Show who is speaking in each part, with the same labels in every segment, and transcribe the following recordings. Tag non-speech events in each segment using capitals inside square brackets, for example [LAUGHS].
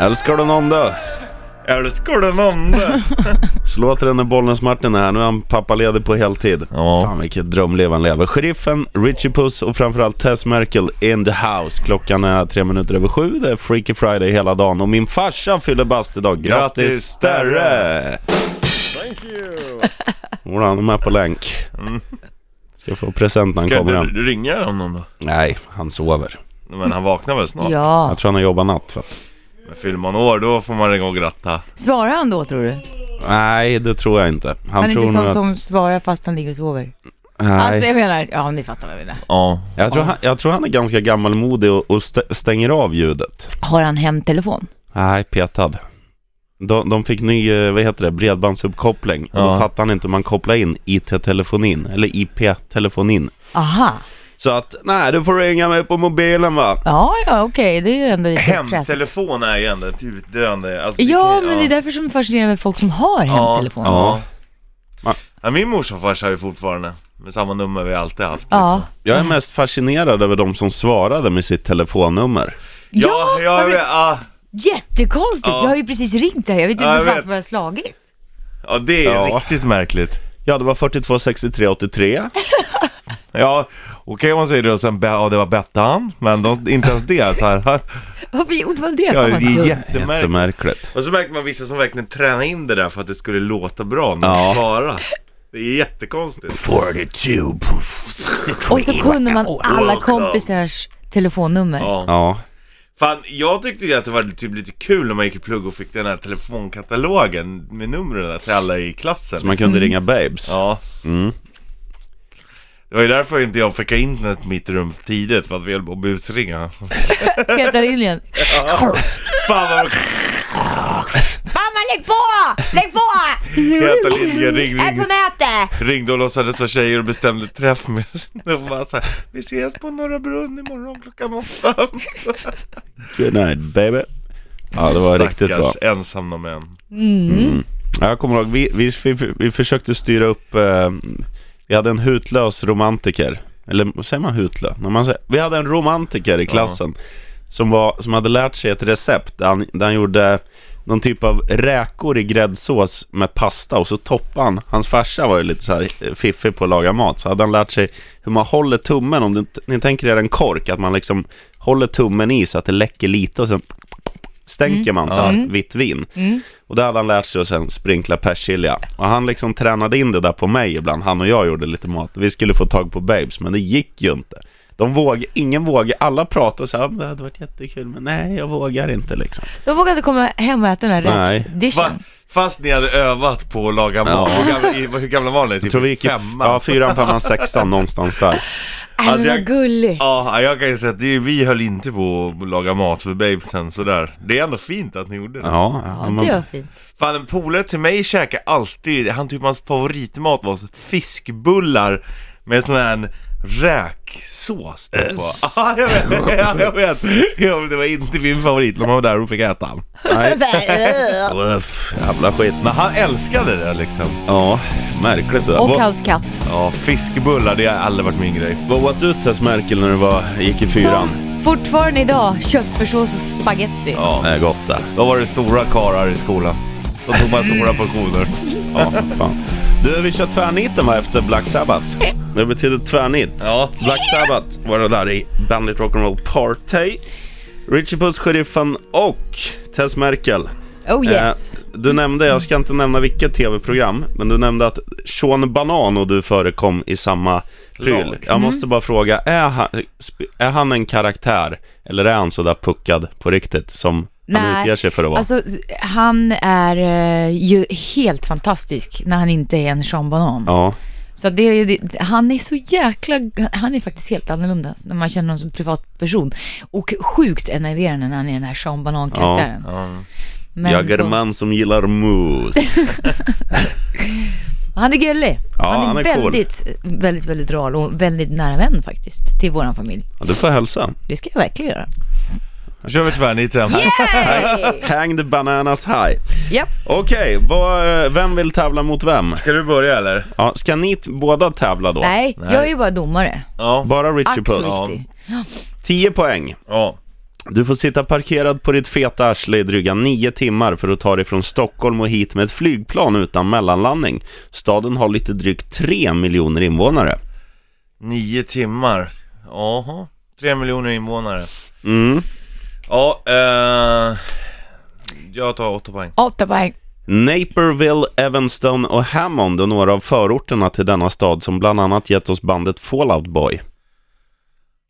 Speaker 1: Älskar du någon då?
Speaker 2: Älskar du någon det?
Speaker 1: Slå till den när Bollnäs Martin är här, nu är han pappaledig på heltid.
Speaker 2: Ja.
Speaker 1: Fan vilket drömliv han lever. Sheriffen, Richie Puss och framförallt Tess Merkel in the house. Klockan är tre minuter över sju, det är Freaky Friday hela dagen och min farsa fyller bast idag. Grattis
Speaker 2: Grattis,
Speaker 1: Sterre!
Speaker 2: Thank you!
Speaker 1: Jodå, han är med på länk. Ska få present när han
Speaker 2: Mm. Ska jag
Speaker 1: kommer hem.
Speaker 2: inte ringa honom då?
Speaker 1: Nej, han sover.
Speaker 2: Men han vaknar väl snart?
Speaker 3: Ja.
Speaker 1: Jag tror han har jobbat natt. För att...
Speaker 2: Men fyller man år då får man ringa och gratta.
Speaker 3: Svarar han då tror du? Han,
Speaker 1: Nej, det tror jag inte. Han,
Speaker 3: är
Speaker 1: tror
Speaker 3: inte sån
Speaker 1: nog att...
Speaker 3: som svarar fast han ligger och sover.
Speaker 1: Nej.
Speaker 3: Alltså jag menar, ja ni fattar vad jag menar.
Speaker 2: Ja.
Speaker 1: Jag tror, han, jag tror han är ganska gammalmodig och, och stä- stänger av ljudet.
Speaker 3: Har han hemtelefon?
Speaker 1: Nej, petad. De, de fick ny, eh, vad heter det, bredbandsuppkoppling. Och då
Speaker 2: Ja.
Speaker 1: fattade han inte hur man kopplar in IT-telefonin, eller IP-telefonin.
Speaker 3: Aha.
Speaker 1: Så att, nej, du får ringa mig på mobilen va.
Speaker 3: Ja, ja okej, det är ju ändå lite fräsigt.
Speaker 2: Hemtelefon är ju ändå ett utdöende. Alltså,
Speaker 3: Ja,
Speaker 2: kan-
Speaker 3: men det är därför som jag är fascinerad med folk som har
Speaker 2: Ja,
Speaker 3: hemtelefon.
Speaker 2: Ja.
Speaker 3: Ja.
Speaker 1: Ja.
Speaker 2: ja. Min morsa och farsa har ju fortfarande med samma nummer vi alltid haft.
Speaker 3: Ja.
Speaker 2: liksom.
Speaker 1: Jag är mest fascinerad över de som svarade med sitt telefonnummer.
Speaker 2: Ja, jag
Speaker 3: varför-
Speaker 2: vet. Ja,
Speaker 3: Jättekonstigt!
Speaker 2: Ja.
Speaker 3: Jag har ju precis ringt det här, jag vet inte
Speaker 2: Ja,
Speaker 3: hur
Speaker 2: jag
Speaker 3: fan
Speaker 2: vet.
Speaker 3: som jag har slagit.
Speaker 2: ja, det är
Speaker 1: Ja.
Speaker 2: riktigt märkligt.
Speaker 1: Ja, det var 42 63 83.
Speaker 2: Ja, okej om man säger det och sen, Be- ja det var Bettan, men de, inte ens det. Så här. [LAUGHS]
Speaker 3: Varför gjorde man det?
Speaker 2: Ja,
Speaker 3: Fan,
Speaker 2: det är
Speaker 3: vad dumt.
Speaker 2: jättemärkligt.
Speaker 1: Jättemärkligt.
Speaker 2: Och så märker man vissa som verkligen tränar in det där för att det skulle låta bra när
Speaker 1: Ja.
Speaker 2: de svarar. Det är jättekonstigt.
Speaker 1: 42.
Speaker 3: Och så kunde man alla kompisars telefonnummer.
Speaker 2: Ja.
Speaker 1: Ja,
Speaker 2: Fan, jag tyckte ju att det var typ lite kul när man gick i plugg och fick den här telefonkatalogen med numren där till alla i klassen.
Speaker 1: så man kunde ringa babes.
Speaker 2: Mm. Ja.
Speaker 1: Mm.
Speaker 2: Det var ju därför inte jag fick ha internet i mitt rum tidigt, för att vi höll på att
Speaker 1: [LAUGHS]
Speaker 2: busringa.
Speaker 3: Petar in igen.
Speaker 2: Fan vad
Speaker 3: Mamma lägg på! Lägg på!
Speaker 2: heta linjen, ring,
Speaker 3: Jag är
Speaker 2: ring,
Speaker 3: på möte!
Speaker 2: ringde och låtsades vara tjejer och bestämde träff med [LAUGHS] De bara så här, vi ses på Norra Brunn imorgon klockan åtta.
Speaker 1: Good night baby. Ja, det var riktigt bra.
Speaker 2: Stackars ensamma män.
Speaker 1: Mm. Ja, Jag kommer ihåg, vi, vi, vi, vi försökte styra upp, eh, vi hade en hutlös romantiker, eller säger man hutlö? När man säger, vi hade en romantiker i klassen som, var, som hade lärt sig ett recept där han, där han gjorde någon typ av räkor i gräddsås med pasta och så toppade han, hans farsa var ju lite så här eh, fiffig på att laga mat, så hade han lärt sig hur man håller tummen, om ni, ni tänker er en kork, att man liksom håller tummen i så att det läcker lite och sen stänker man så här
Speaker 3: Mm.
Speaker 1: vitt vin. Och det hade han lärt sig att sen sprinkla persilja. Och han liksom tränade in det där på mig ibland, han och jag gjorde lite mat. Vi skulle få tag på babes, men det gick ju inte. De våg, ingen vågade, alla pratade så här, "Men det hade varit jättekul, men nej jag vågar inte liksom.
Speaker 3: De vågade komma hem och äta den här
Speaker 1: Nej.
Speaker 2: Va?
Speaker 3: räkdishen.
Speaker 2: Fast ni hade övat på att laga mat,
Speaker 1: Ja.
Speaker 2: hur, gamla, i- hur gamla var ni? Typ
Speaker 1: Jag tror vi gick i,
Speaker 2: femman?
Speaker 1: ja, fyran, femman, sexan någonstans där.
Speaker 3: Äh, men
Speaker 2: Ja,
Speaker 3: vad
Speaker 2: det-
Speaker 3: gulligt.
Speaker 2: Ja, jag kan ju säga att det, vi höll inte på att laga mat för babesen sådär. Det är ändå fint att ni gjorde det.
Speaker 1: Ja,
Speaker 3: Ja,
Speaker 1: men-
Speaker 3: det var fint.
Speaker 2: Fan en polare till mig käkade alltid, han typ hans favoritmat var fiskbullar med sån här räksås typ
Speaker 1: Äh.
Speaker 2: på. [LAUGHS] Ja, jag vet, ja, jag vet. Ja, men det var inte min favorit när man var där och fick äta.
Speaker 3: [LAUGHS]
Speaker 1: nej. [LAUGHS]
Speaker 3: Där, äh.
Speaker 1: Uff, jävla skit.
Speaker 2: Men han älskade det liksom.
Speaker 1: Ja, märkligt det där.
Speaker 3: Och
Speaker 1: Vad-
Speaker 3: hans katt.
Speaker 2: Ja, fiskbullar det har aldrig varit min grej.
Speaker 1: Vad åt du Tess Merkel när du var, gick i fyran?
Speaker 3: Som fortfarande idag, köttfärssås och spaghetti.
Speaker 2: Ja,
Speaker 1: Det är gott det.
Speaker 2: då var det stora karar i skolan. Då tog man
Speaker 1: [LAUGHS]
Speaker 2: stora portioner.
Speaker 1: Ja, fan. Du, vi kör tvärniten va efter Black
Speaker 3: [LAUGHS]
Speaker 1: Sabbath. Det betyder tvärnit.
Speaker 2: Ja.
Speaker 1: Black Sabbath var det där i Bandit Rock'n'Roll Party. Richie Puss, Sheriffen och Tess Merkel.
Speaker 3: Oh yes.
Speaker 1: Eh, du nämnde, jag ska inte nämna vilket tv-program, men du nämnde att Sean Banan och du förekom i samma pryl.
Speaker 2: Lag.
Speaker 1: Jag
Speaker 3: Mm.
Speaker 1: måste bara fråga, är han, sp- är han en karaktär eller är han sådär puckad på riktigt som han
Speaker 3: Nej,
Speaker 1: utger sig för att vara?
Speaker 3: Alltså, han är eh, ju helt fantastisk när han inte är en Sean Banan.
Speaker 1: ja.
Speaker 3: Så det, är- det, han är så jäkla, han är faktiskt helt annorlunda när man känner honom som privatperson. Och sjukt enerverande när han är den här Sean Banan-karaktären.
Speaker 2: Ja.
Speaker 3: Men
Speaker 1: jag är
Speaker 3: så-
Speaker 1: en man som gillar mus.
Speaker 3: Han är gullig.
Speaker 1: Ja,
Speaker 3: han är,
Speaker 1: han är cool.
Speaker 3: väldigt, väldigt, väldigt rar och väldigt nära vän faktiskt till våran familj.
Speaker 1: Ja, du får hälsa.
Speaker 3: Det ska jag verkligen göra.
Speaker 2: Då kör vi tvärniten.
Speaker 3: Yay!
Speaker 1: Hang the bananas high.
Speaker 3: Japp.
Speaker 1: Okej, vad- eh, vem vill tävla mot vem?
Speaker 2: Ska du börja eller?
Speaker 1: Ja, ska ni t- båda tävla då?
Speaker 3: Nej, jag är ju bara domare.
Speaker 2: Ja.
Speaker 1: Bara Richie
Speaker 3: Ack så
Speaker 1: Puss.
Speaker 2: Ja.
Speaker 3: viktig.
Speaker 1: 10 poäng.
Speaker 2: Ja.
Speaker 1: Du får sitta parkerad på ditt feta arsle i dryga nio timmar för att ta dig från Stockholm och hit med ett flygplan utan mellanlandning. Staden har lite drygt 3 miljoner invånare.
Speaker 2: Nio timmar. Jaha. Tre miljoner invånare.
Speaker 1: Mm.
Speaker 2: Ja, eh... Jag tar åtta poäng.
Speaker 3: Åtta poäng.
Speaker 1: Naperville, Evanston och Hammond är några av förorterna till denna stad som bland annat gett oss bandet Fallout Boy.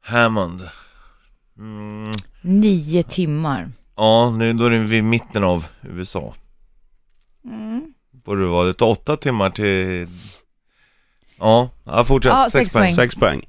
Speaker 2: Hammond. Mm.
Speaker 3: Nio timmar.
Speaker 2: Ja, nu då är vi i mitten av USA.
Speaker 3: Mm.
Speaker 2: Borde det vara. Det tar åtta timmar till... Ja, ja fortsätt.
Speaker 3: Ja, sex poäng.
Speaker 1: Sex poäng.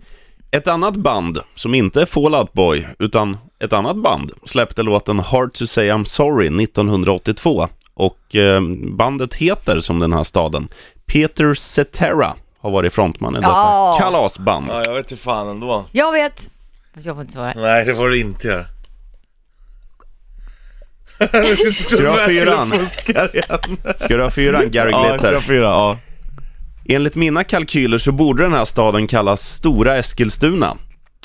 Speaker 1: Ett annat band, som inte är Fallout Boy, utan ett annat band, släppte låten Hard to say I'm sorry 1982. Och eh, bandet heter, som den här staden, Peter Cetera har varit frontman i detta
Speaker 3: Ja.
Speaker 1: kalasband.
Speaker 2: Ja, jag vet inte fan ändå.
Speaker 3: Jag vet. Fast jag får inte svara.
Speaker 2: Nej, det får du inte göra. [LAUGHS]
Speaker 1: Dra fyran.
Speaker 2: Fuskar igen.
Speaker 1: Ska du ha fyran, Gary
Speaker 2: Ja,
Speaker 1: Glitter?
Speaker 2: kör fyra. Ja.
Speaker 1: Enligt mina kalkyler så borde den här staden kallas Stora Eskilstuna.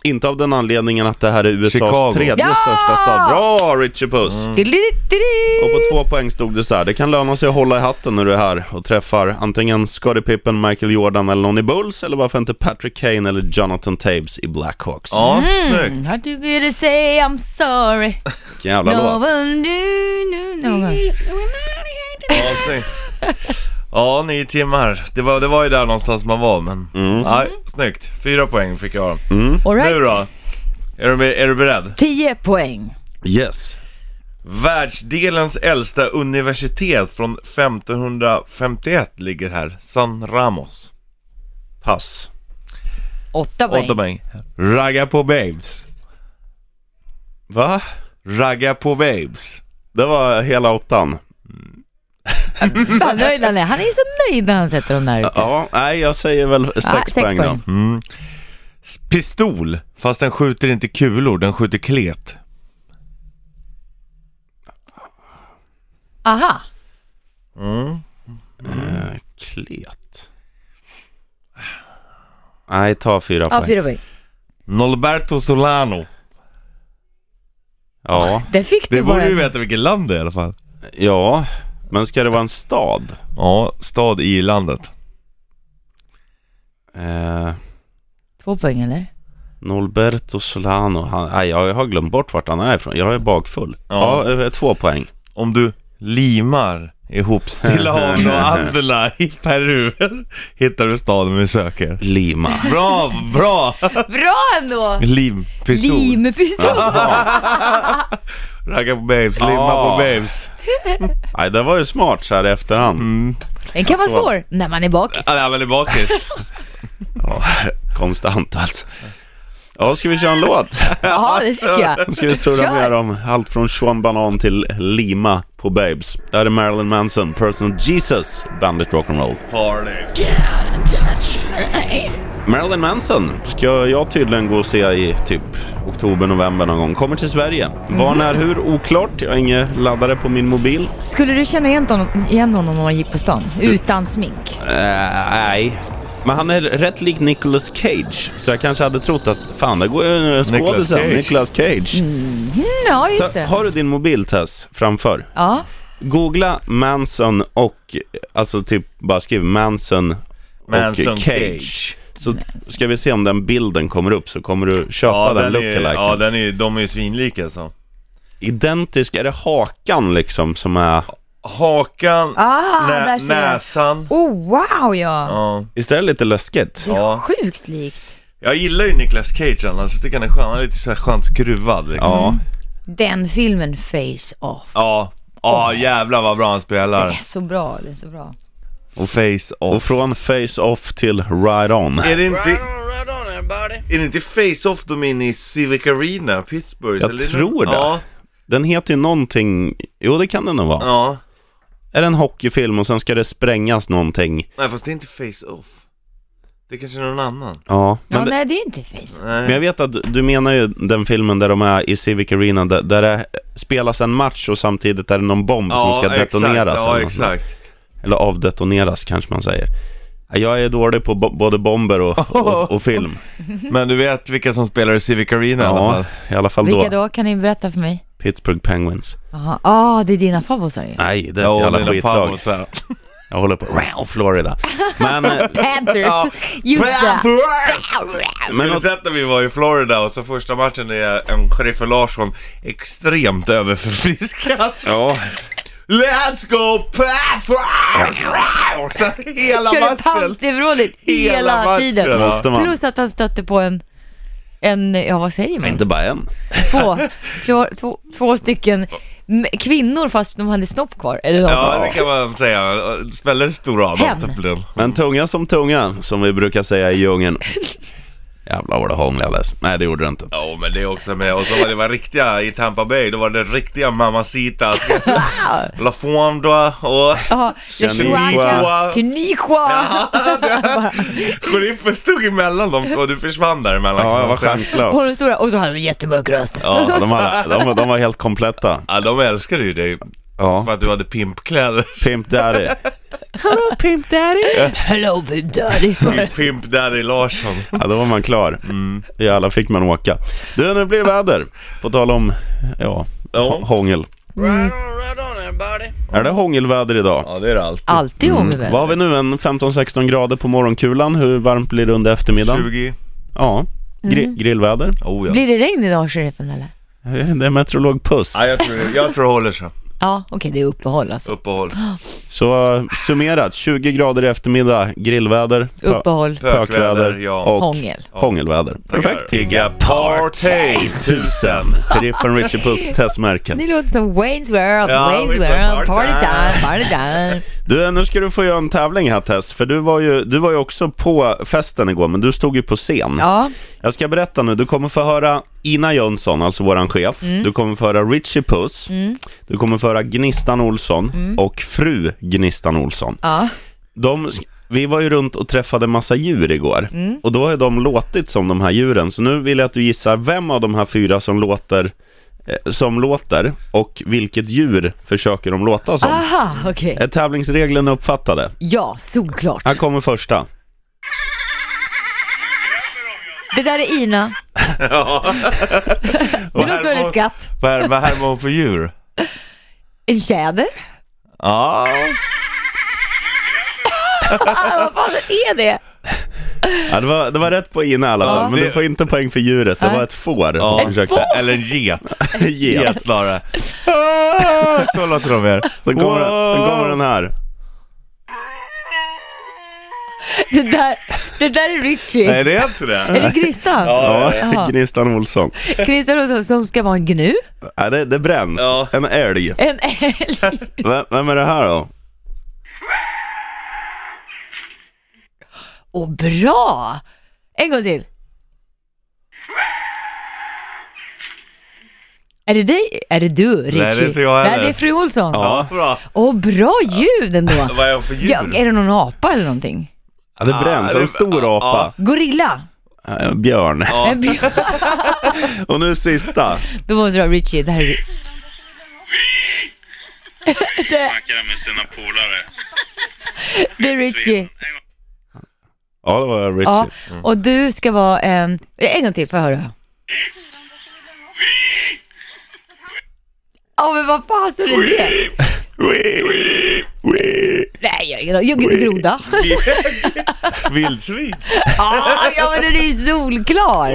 Speaker 1: Inte av den anledningen att det här är USAs
Speaker 2: Chicago.
Speaker 1: tredje
Speaker 3: Ja!
Speaker 1: största stad. Bra Richie Puss! Och på två poäng stod det så här. Det kan löna sig att hålla i hatten när du är här och träffar antingen Scottie Pippen, Michael Jordan eller någon i Bulls eller varför inte Patrick Kane eller Jonathan Taves i Blackhawks.
Speaker 2: Ja,
Speaker 3: Mm.
Speaker 2: snyggt.
Speaker 3: How do you say I'm sorry?
Speaker 1: Vilken jävla
Speaker 3: No
Speaker 1: låt.
Speaker 3: one knew, no one.
Speaker 1: Mm.
Speaker 2: Ja, snyggt. Ja, nio timmar. Det var, det var ju där någonstans man var, men... Nej, snyggt. Fyra poäng fick jag.
Speaker 3: All
Speaker 2: Nu
Speaker 3: right.
Speaker 2: då? Är du, är du beredd?
Speaker 3: Tio poäng.
Speaker 1: Yes.
Speaker 2: Världsdelens äldsta universitet från 1551 ligger här. San Ramos.
Speaker 1: Pass.
Speaker 3: Åtta poäng.
Speaker 2: Åtta poäng. Ragga på babes.
Speaker 1: Va?
Speaker 2: Ragga på babes.
Speaker 1: Det var hela åttan.
Speaker 3: Fan, nöjd han, är. han är så nöjd när han sätter dem där ute.
Speaker 1: Ja, nej jag säger väl sex,
Speaker 3: Ja, sex
Speaker 1: poäng,
Speaker 3: poäng.
Speaker 1: då.
Speaker 2: Pistol. Fast den skjuter inte kulor, den skjuter klet.
Speaker 3: Aha.
Speaker 1: Eh, Klet. Nej, ta fyra
Speaker 3: Ja,
Speaker 1: poäng.
Speaker 3: fyra poäng.
Speaker 2: Norberto Solano.
Speaker 1: Ja,
Speaker 3: Där fick
Speaker 2: Det
Speaker 3: du bara.
Speaker 2: borde ju
Speaker 3: en-
Speaker 2: veta vilket land det är i alla fall.
Speaker 1: ja. Men ska det vara en stad?
Speaker 2: Ja, stad i landet.
Speaker 1: Eh,
Speaker 3: Två poäng eller?
Speaker 1: Norberto Solano, han, nej, jag har glömt bort vart han är ifrån. Jag är bakfull. Ja,
Speaker 2: Ja.
Speaker 1: eh, två poäng.
Speaker 2: Om du limar ihop Stilla havet [LAUGHS] och Anderna i Peru hittar du staden vi söker.
Speaker 1: Lima.
Speaker 2: Bra, bra!
Speaker 3: Bra ändå!
Speaker 2: Limpistol.
Speaker 3: Limpistol.
Speaker 2: Ragga på babes, limma
Speaker 1: Ah.
Speaker 2: på babes.
Speaker 1: Nej, det var ju smart så här i efterhand.
Speaker 3: Den kan vara svår när man är bakis.
Speaker 2: Han använder bakis.
Speaker 1: Ja, konstant alltså. Ja, ska vi köra en låt?
Speaker 3: Jaha, det tycker jag.
Speaker 1: Nu ska vi surra
Speaker 3: Kör.
Speaker 1: mer om allt från Sean Banan till Lima på Babes. Där är Marilyn Manson, Personal Jesus, bandet Rock'n'Roll.
Speaker 2: Party.
Speaker 1: Marilyn Manson ska jag tydligen gå och se i typ oktober, november någon gång. Kommer till Sverige. Var, när, hur? Oklart. Jag har ingen laddare på min mobil.
Speaker 3: Skulle du känna igen honom, igen honom om han gick på stan? Utan smink?
Speaker 1: Eh, nej. Men han är rätt lik Nicolas Cage, så jag kanske hade trott att fan, där går ju en
Speaker 2: Nicolas
Speaker 1: skådisen,
Speaker 2: Cage.
Speaker 1: Nicolas Cage.
Speaker 3: Ja, Mm, just
Speaker 1: Ta,
Speaker 3: det.
Speaker 1: har du din mobil Tess framför?
Speaker 3: Ja.
Speaker 1: Googla Manson och, alltså typ bara skriv Manson,
Speaker 2: Manson
Speaker 1: och Cage.
Speaker 2: Cage.
Speaker 1: Så ska vi se om den bilden kommer upp så kommer du köpa
Speaker 2: Ja,
Speaker 1: den,
Speaker 2: den är,
Speaker 1: lookaliken.
Speaker 2: ja, den är, de är ju svinlika alltså.
Speaker 1: Identisk, är det hakan liksom som är...
Speaker 2: Hakan,
Speaker 3: Ah,
Speaker 2: nä-
Speaker 3: där ser jag.
Speaker 2: näsan.
Speaker 3: Oh, wow ja.
Speaker 2: Ja.
Speaker 1: Visst är det lite läskigt?
Speaker 3: Det är
Speaker 2: Ja.
Speaker 3: sjukt likt.
Speaker 2: Jag gillar ju Nicolas Cage annars, jag tycker han är skön. Han är lite så här skönt skruvad liksom.
Speaker 1: Ja.
Speaker 3: Den filmen, Face Off.
Speaker 2: Ja, ja jävlar vad bra han
Speaker 3: Det är
Speaker 2: spelar.
Speaker 3: så bra, det är så bra.
Speaker 2: Och face
Speaker 1: Och
Speaker 2: off.
Speaker 1: från face-off till right-on.
Speaker 2: Är det inte... Är det inte face off de är inne i Civic Arena, Pittsburgh?
Speaker 1: Jag
Speaker 2: eller?
Speaker 1: tror det.
Speaker 2: Ja,
Speaker 1: Den heter ju någonting, jo det kan den nog vara.
Speaker 2: ja.
Speaker 1: Är det en hockeyfilm och sen ska det sprängas någonting?
Speaker 2: Nej fast det är inte face off. Det är kanske är någon annan.
Speaker 1: Ja, men,
Speaker 3: Ja,
Speaker 1: det,
Speaker 3: nej det är inte Face Off.
Speaker 1: men jag vet att du- du menar ju den filmen där de är i Civic Arena, där, där det spelas en match och samtidigt är det någon bomb som ska alltså. detoneras.
Speaker 2: Exakt, ja
Speaker 1: eller, något sånt.
Speaker 2: exakt.
Speaker 1: eller avdetoneras kanske man säger. Jag är dålig på bo- både
Speaker 2: [LAUGHS]
Speaker 1: bomber och, och, och film.
Speaker 3: Mhm.
Speaker 2: Men du vet vilka som spelar i Civic Arena i alla
Speaker 1: Ja,
Speaker 2: fall?
Speaker 1: i alla fall
Speaker 3: Vilka
Speaker 1: då.
Speaker 3: då? Kan ni berätta för mig?
Speaker 1: Pittsburgh Penguins.
Speaker 3: Jaha, ah, det är dina favoriter ju.
Speaker 1: Nej, det är
Speaker 2: Ja,
Speaker 1: ett jävla
Speaker 2: mina
Speaker 1: skitlag.
Speaker 2: favvos här.
Speaker 1: Jag håller på [LAUGHS] Wow, Florida.
Speaker 2: [LAUGHS]
Speaker 1: Men, eh,
Speaker 3: Panthers! Just det!
Speaker 2: Panthers! Men
Speaker 1: Men-
Speaker 2: sett när vi var i Florida och så första matchen är en Sheriffen Larsson extremt överförfriskad.
Speaker 1: ja,
Speaker 2: Let's go Panthers! Så Hela
Speaker 3: Körde
Speaker 2: matchen!
Speaker 3: Panthers-rådet hela,
Speaker 2: Hela matchen,
Speaker 3: tiden.
Speaker 2: ja.
Speaker 1: måste man.
Speaker 3: Plus att han stötte på en, en, ja vad säger man?
Speaker 1: Inte bara en.
Speaker 3: Två, två, två, två stycken m- kvinnor fast de hade snopp kvar. Eller något.
Speaker 2: Ja, det kan man säga. Spelar det stor roll?
Speaker 3: Hen.
Speaker 2: Absolut.
Speaker 1: Men tunga som tunga, som vi brukar säga i djungeln. Jävlar vad det hånglades. Nej, det gjorde det inte.
Speaker 2: Ja, men det är också med. Och så var det var riktiga i Tampa Bay, då var det riktiga Mamacita. La Fondra och...
Speaker 3: Ja, Joshua,
Speaker 2: Shaniqua.
Speaker 3: Tunisia.
Speaker 2: Sheriffen stod emellan dem och du försvann däremellan.
Speaker 1: Ja, jag var
Speaker 2: Så-
Speaker 1: chanslös.
Speaker 3: [LAUGHS] Och de stora, och så hade de jättemörk röst.
Speaker 1: Ja, de, var, de, var- de var helt kompletta.
Speaker 2: Ja, de älskade ju dig
Speaker 1: Ja.
Speaker 2: för att du hade
Speaker 3: [LAUGHS]
Speaker 2: pimpkläder.
Speaker 1: Pimp Daddy. Hello Pimp Daddy.
Speaker 3: Hello big daddy.
Speaker 2: Pimp Daddy Larsson.
Speaker 1: Ja, då var man klar. I alla fick man åka. Du, nu blir det väder. På tal om, ja,
Speaker 2: Ja.
Speaker 1: hå- hångel. Är det hångelväder idag?
Speaker 2: Ja, det är det alltid.
Speaker 3: Alltid ångväder.
Speaker 1: Mm, Vad har vi nu? En 15-16 grader på morgonkulan. Hur varmt blir det under eftermiddagen?
Speaker 2: 20.
Speaker 1: Ja. Gri- Grillväder.
Speaker 2: Oh, ja.
Speaker 3: Blir det regn idag, sheriffen eller?
Speaker 1: Det är meteorolog Puss.
Speaker 2: ja jag, tror, det- jag tror det håller sig.
Speaker 3: Ja, okej det är uppehåll alltså.
Speaker 2: Uppehåll.
Speaker 1: Så eh, summerat, 20 grader i eftermiddag, grillväder, pö-
Speaker 3: Uppehåll,
Speaker 1: pökväder
Speaker 2: ja.
Speaker 1: och
Speaker 3: hångel.
Speaker 1: hångelväder. Perfekt.
Speaker 2: Tigga party tusen.
Speaker 1: Riffen Richie Puss testmärken.
Speaker 3: Ni låter som Wayne's World,
Speaker 2: Ja,
Speaker 3: Wayne's
Speaker 2: vi tar party
Speaker 3: World, party
Speaker 2: time.
Speaker 3: time,
Speaker 2: [LAUGHS]
Speaker 3: party time.
Speaker 1: Du, nu ska du få göra en tävling här Tess, för du var ju, du var ju också på festen igår, men du stod ju på scen.
Speaker 3: Ja,
Speaker 1: Jag ska berätta nu, du kommer få höra Ina Jönsson, alltså våran chef,
Speaker 3: Mm.
Speaker 1: du kommer få höra Richie Puss, du kommer få höra Gnistan Olsson
Speaker 3: Mm.
Speaker 1: och fru Gnistan Olsson.
Speaker 3: ja.
Speaker 1: De, vi var ju runt och träffade massa djur igår, och då har ju de låtit som de här djuren, så nu vill jag att du gissar vem av de här fyra som låter eh, som låter och vilket djur försöker de låta som.
Speaker 3: Aha, okej.
Speaker 1: Är tävlingsreglerna uppfattade?
Speaker 3: Ja, solklart.
Speaker 1: Här kommer första.
Speaker 3: Det där är Ina.
Speaker 2: [LAUGHS]
Speaker 3: [LAUGHS] det låter som en skatt.
Speaker 2: Vad är vad är man för djur? [LAUGHS]
Speaker 3: En tjäder?
Speaker 2: Ja,
Speaker 3: Ah, vad fan är det?
Speaker 1: Ja, det, var, det var rätt på Ina i alla fall,
Speaker 3: Ja.
Speaker 1: men du får inte poäng för djuret. Det
Speaker 3: Nej.
Speaker 1: var ett får.
Speaker 2: Ja.
Speaker 1: de
Speaker 2: Ett
Speaker 1: försökte-
Speaker 3: får?
Speaker 2: eller en get.
Speaker 1: Get.
Speaker 2: Get
Speaker 1: [LAUGHS]
Speaker 2: snarare. Ah, Så låter de mer.
Speaker 1: Så kommer, den, sen kommer den här.
Speaker 3: Det där, det där är Richie.
Speaker 2: Nej, det är inte det.
Speaker 3: Är det Christian?
Speaker 2: Ja,
Speaker 1: Ja, Gnistan Olsson.
Speaker 3: Christian Olsson som ska vara en gnu,
Speaker 1: Ja, det, det bränns.
Speaker 2: Ja.
Speaker 1: En älg.
Speaker 3: en älg.
Speaker 1: Vem, vem är det här då?
Speaker 3: Och bra! En gång till. Är det dig? Är det du, Richie?
Speaker 2: det är inte jag
Speaker 3: Nej,
Speaker 2: heller.
Speaker 3: det är fru Olsson.
Speaker 2: Ja, bra.
Speaker 3: Åh, bra ljud ändå.
Speaker 2: Vad är jag för djur?
Speaker 3: Ja, är det någon apa eller någonting?
Speaker 1: Ja, det
Speaker 2: Ah,
Speaker 1: bränns.
Speaker 2: det-
Speaker 1: En stor
Speaker 2: ah,
Speaker 1: apa.
Speaker 3: Gorilla?
Speaker 1: Eh, Björn.
Speaker 2: Ja.
Speaker 3: En björn?
Speaker 1: [LAUGHS] Och nu sista.
Speaker 3: [LAUGHS] Då måste det vara Richie. Det här är... det,
Speaker 4: snackade med sina polare.
Speaker 3: det är Richie.
Speaker 1: Ja, det var Richie.
Speaker 3: Ja,
Speaker 2: mm.
Speaker 3: och du ska vara en... En gång till, får jag höra. Ja, men vad fasen är det? Nej, jag har ingen aning. Jag- Groda.
Speaker 2: Vildsvin.
Speaker 3: [LAUGHS] Ja, ja, men den är ju solklar.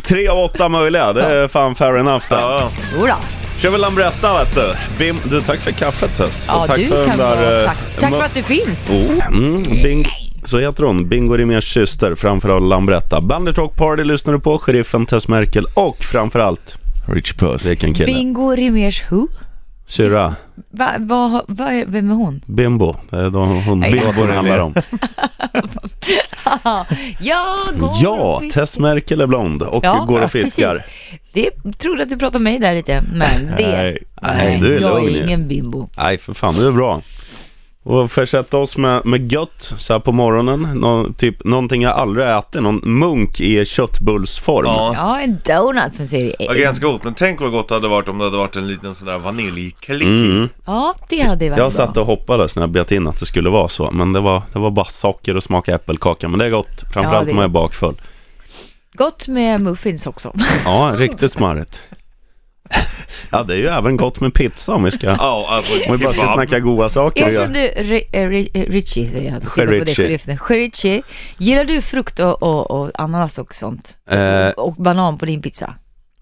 Speaker 1: Tre av åtta möjliga. Det är fan fair enough där.
Speaker 2: Ja.
Speaker 3: Jodå.
Speaker 1: Kör väl Lambretta vet du. Bim. Du, tack för kaffet Tess.
Speaker 3: Ja,
Speaker 1: Och tack
Speaker 3: du
Speaker 1: för den
Speaker 3: kan
Speaker 1: där,
Speaker 3: vara...
Speaker 1: eh,
Speaker 3: Tack, tack
Speaker 1: mö-
Speaker 3: för att du finns.
Speaker 1: Mm, Bing, så heter hon, Bingo Rimérs syster, framförallt Lambretta. Bandit Rock Party lyssnar du på, sheriffen Tess Merkel och framförallt Rich Puss. Vilken kille.
Speaker 3: Bingo Rimérs Who?
Speaker 1: Syrra,
Speaker 3: Va, va, va, vem är hon?
Speaker 1: Bimbo, det är då hon
Speaker 3: Nej.
Speaker 1: Bimbo
Speaker 2: Bimbo
Speaker 1: det handlar
Speaker 2: Relé.
Speaker 1: om.
Speaker 3: Jag går och
Speaker 1: Ja,
Speaker 3: fiskar.
Speaker 1: Tess Merkel är blond och
Speaker 3: Ja,
Speaker 1: går och fiskar.
Speaker 3: Precis. Det trodde att du pratade om mig där lite, men det...
Speaker 1: Nej, du är
Speaker 3: jag
Speaker 1: lugn
Speaker 3: är
Speaker 1: ju.
Speaker 3: ingen bimbo.
Speaker 1: Nej, för fan, du är bra. Och försätta oss med, med gött så här på morgonen. Nå, typ någonting jag aldrig ätit. Någon munk i köttbullsform.
Speaker 2: Ja.
Speaker 3: Ja, en donut som säger
Speaker 2: Ja, ganska gott. Men tänk vad gott det hade varit om det hade varit en liten sån där vaniljklick i.
Speaker 1: Mm.
Speaker 3: Ja, det hade ju varit
Speaker 1: Jag
Speaker 3: bra.
Speaker 1: satt och hoppades när jag bet in att det skulle vara så. Men det var, det var bara socker och smaka äppelkaka. Men det är gott.
Speaker 3: Ja,
Speaker 1: Framförallt
Speaker 3: det är
Speaker 1: om jag är
Speaker 3: gott.
Speaker 1: bakfull.
Speaker 3: Gott med muffins också.
Speaker 1: Ja, riktigt smarrigt. [LAUGHS] Ja, det är ju även gott med pizza om vi ska...
Speaker 2: Ja, alltså
Speaker 1: Om vi bara ska
Speaker 2: kebab.
Speaker 1: snacka goda saker. och
Speaker 3: Jag
Speaker 1: göra-
Speaker 3: kände Ri- eh, Ri- eh, Richie, säger jag. Titta på det,
Speaker 1: Richie.
Speaker 3: sheriffen. Richie, gillar du frukt och, och, och ananas och sånt?
Speaker 1: Eh.
Speaker 3: Och banan på din pizza?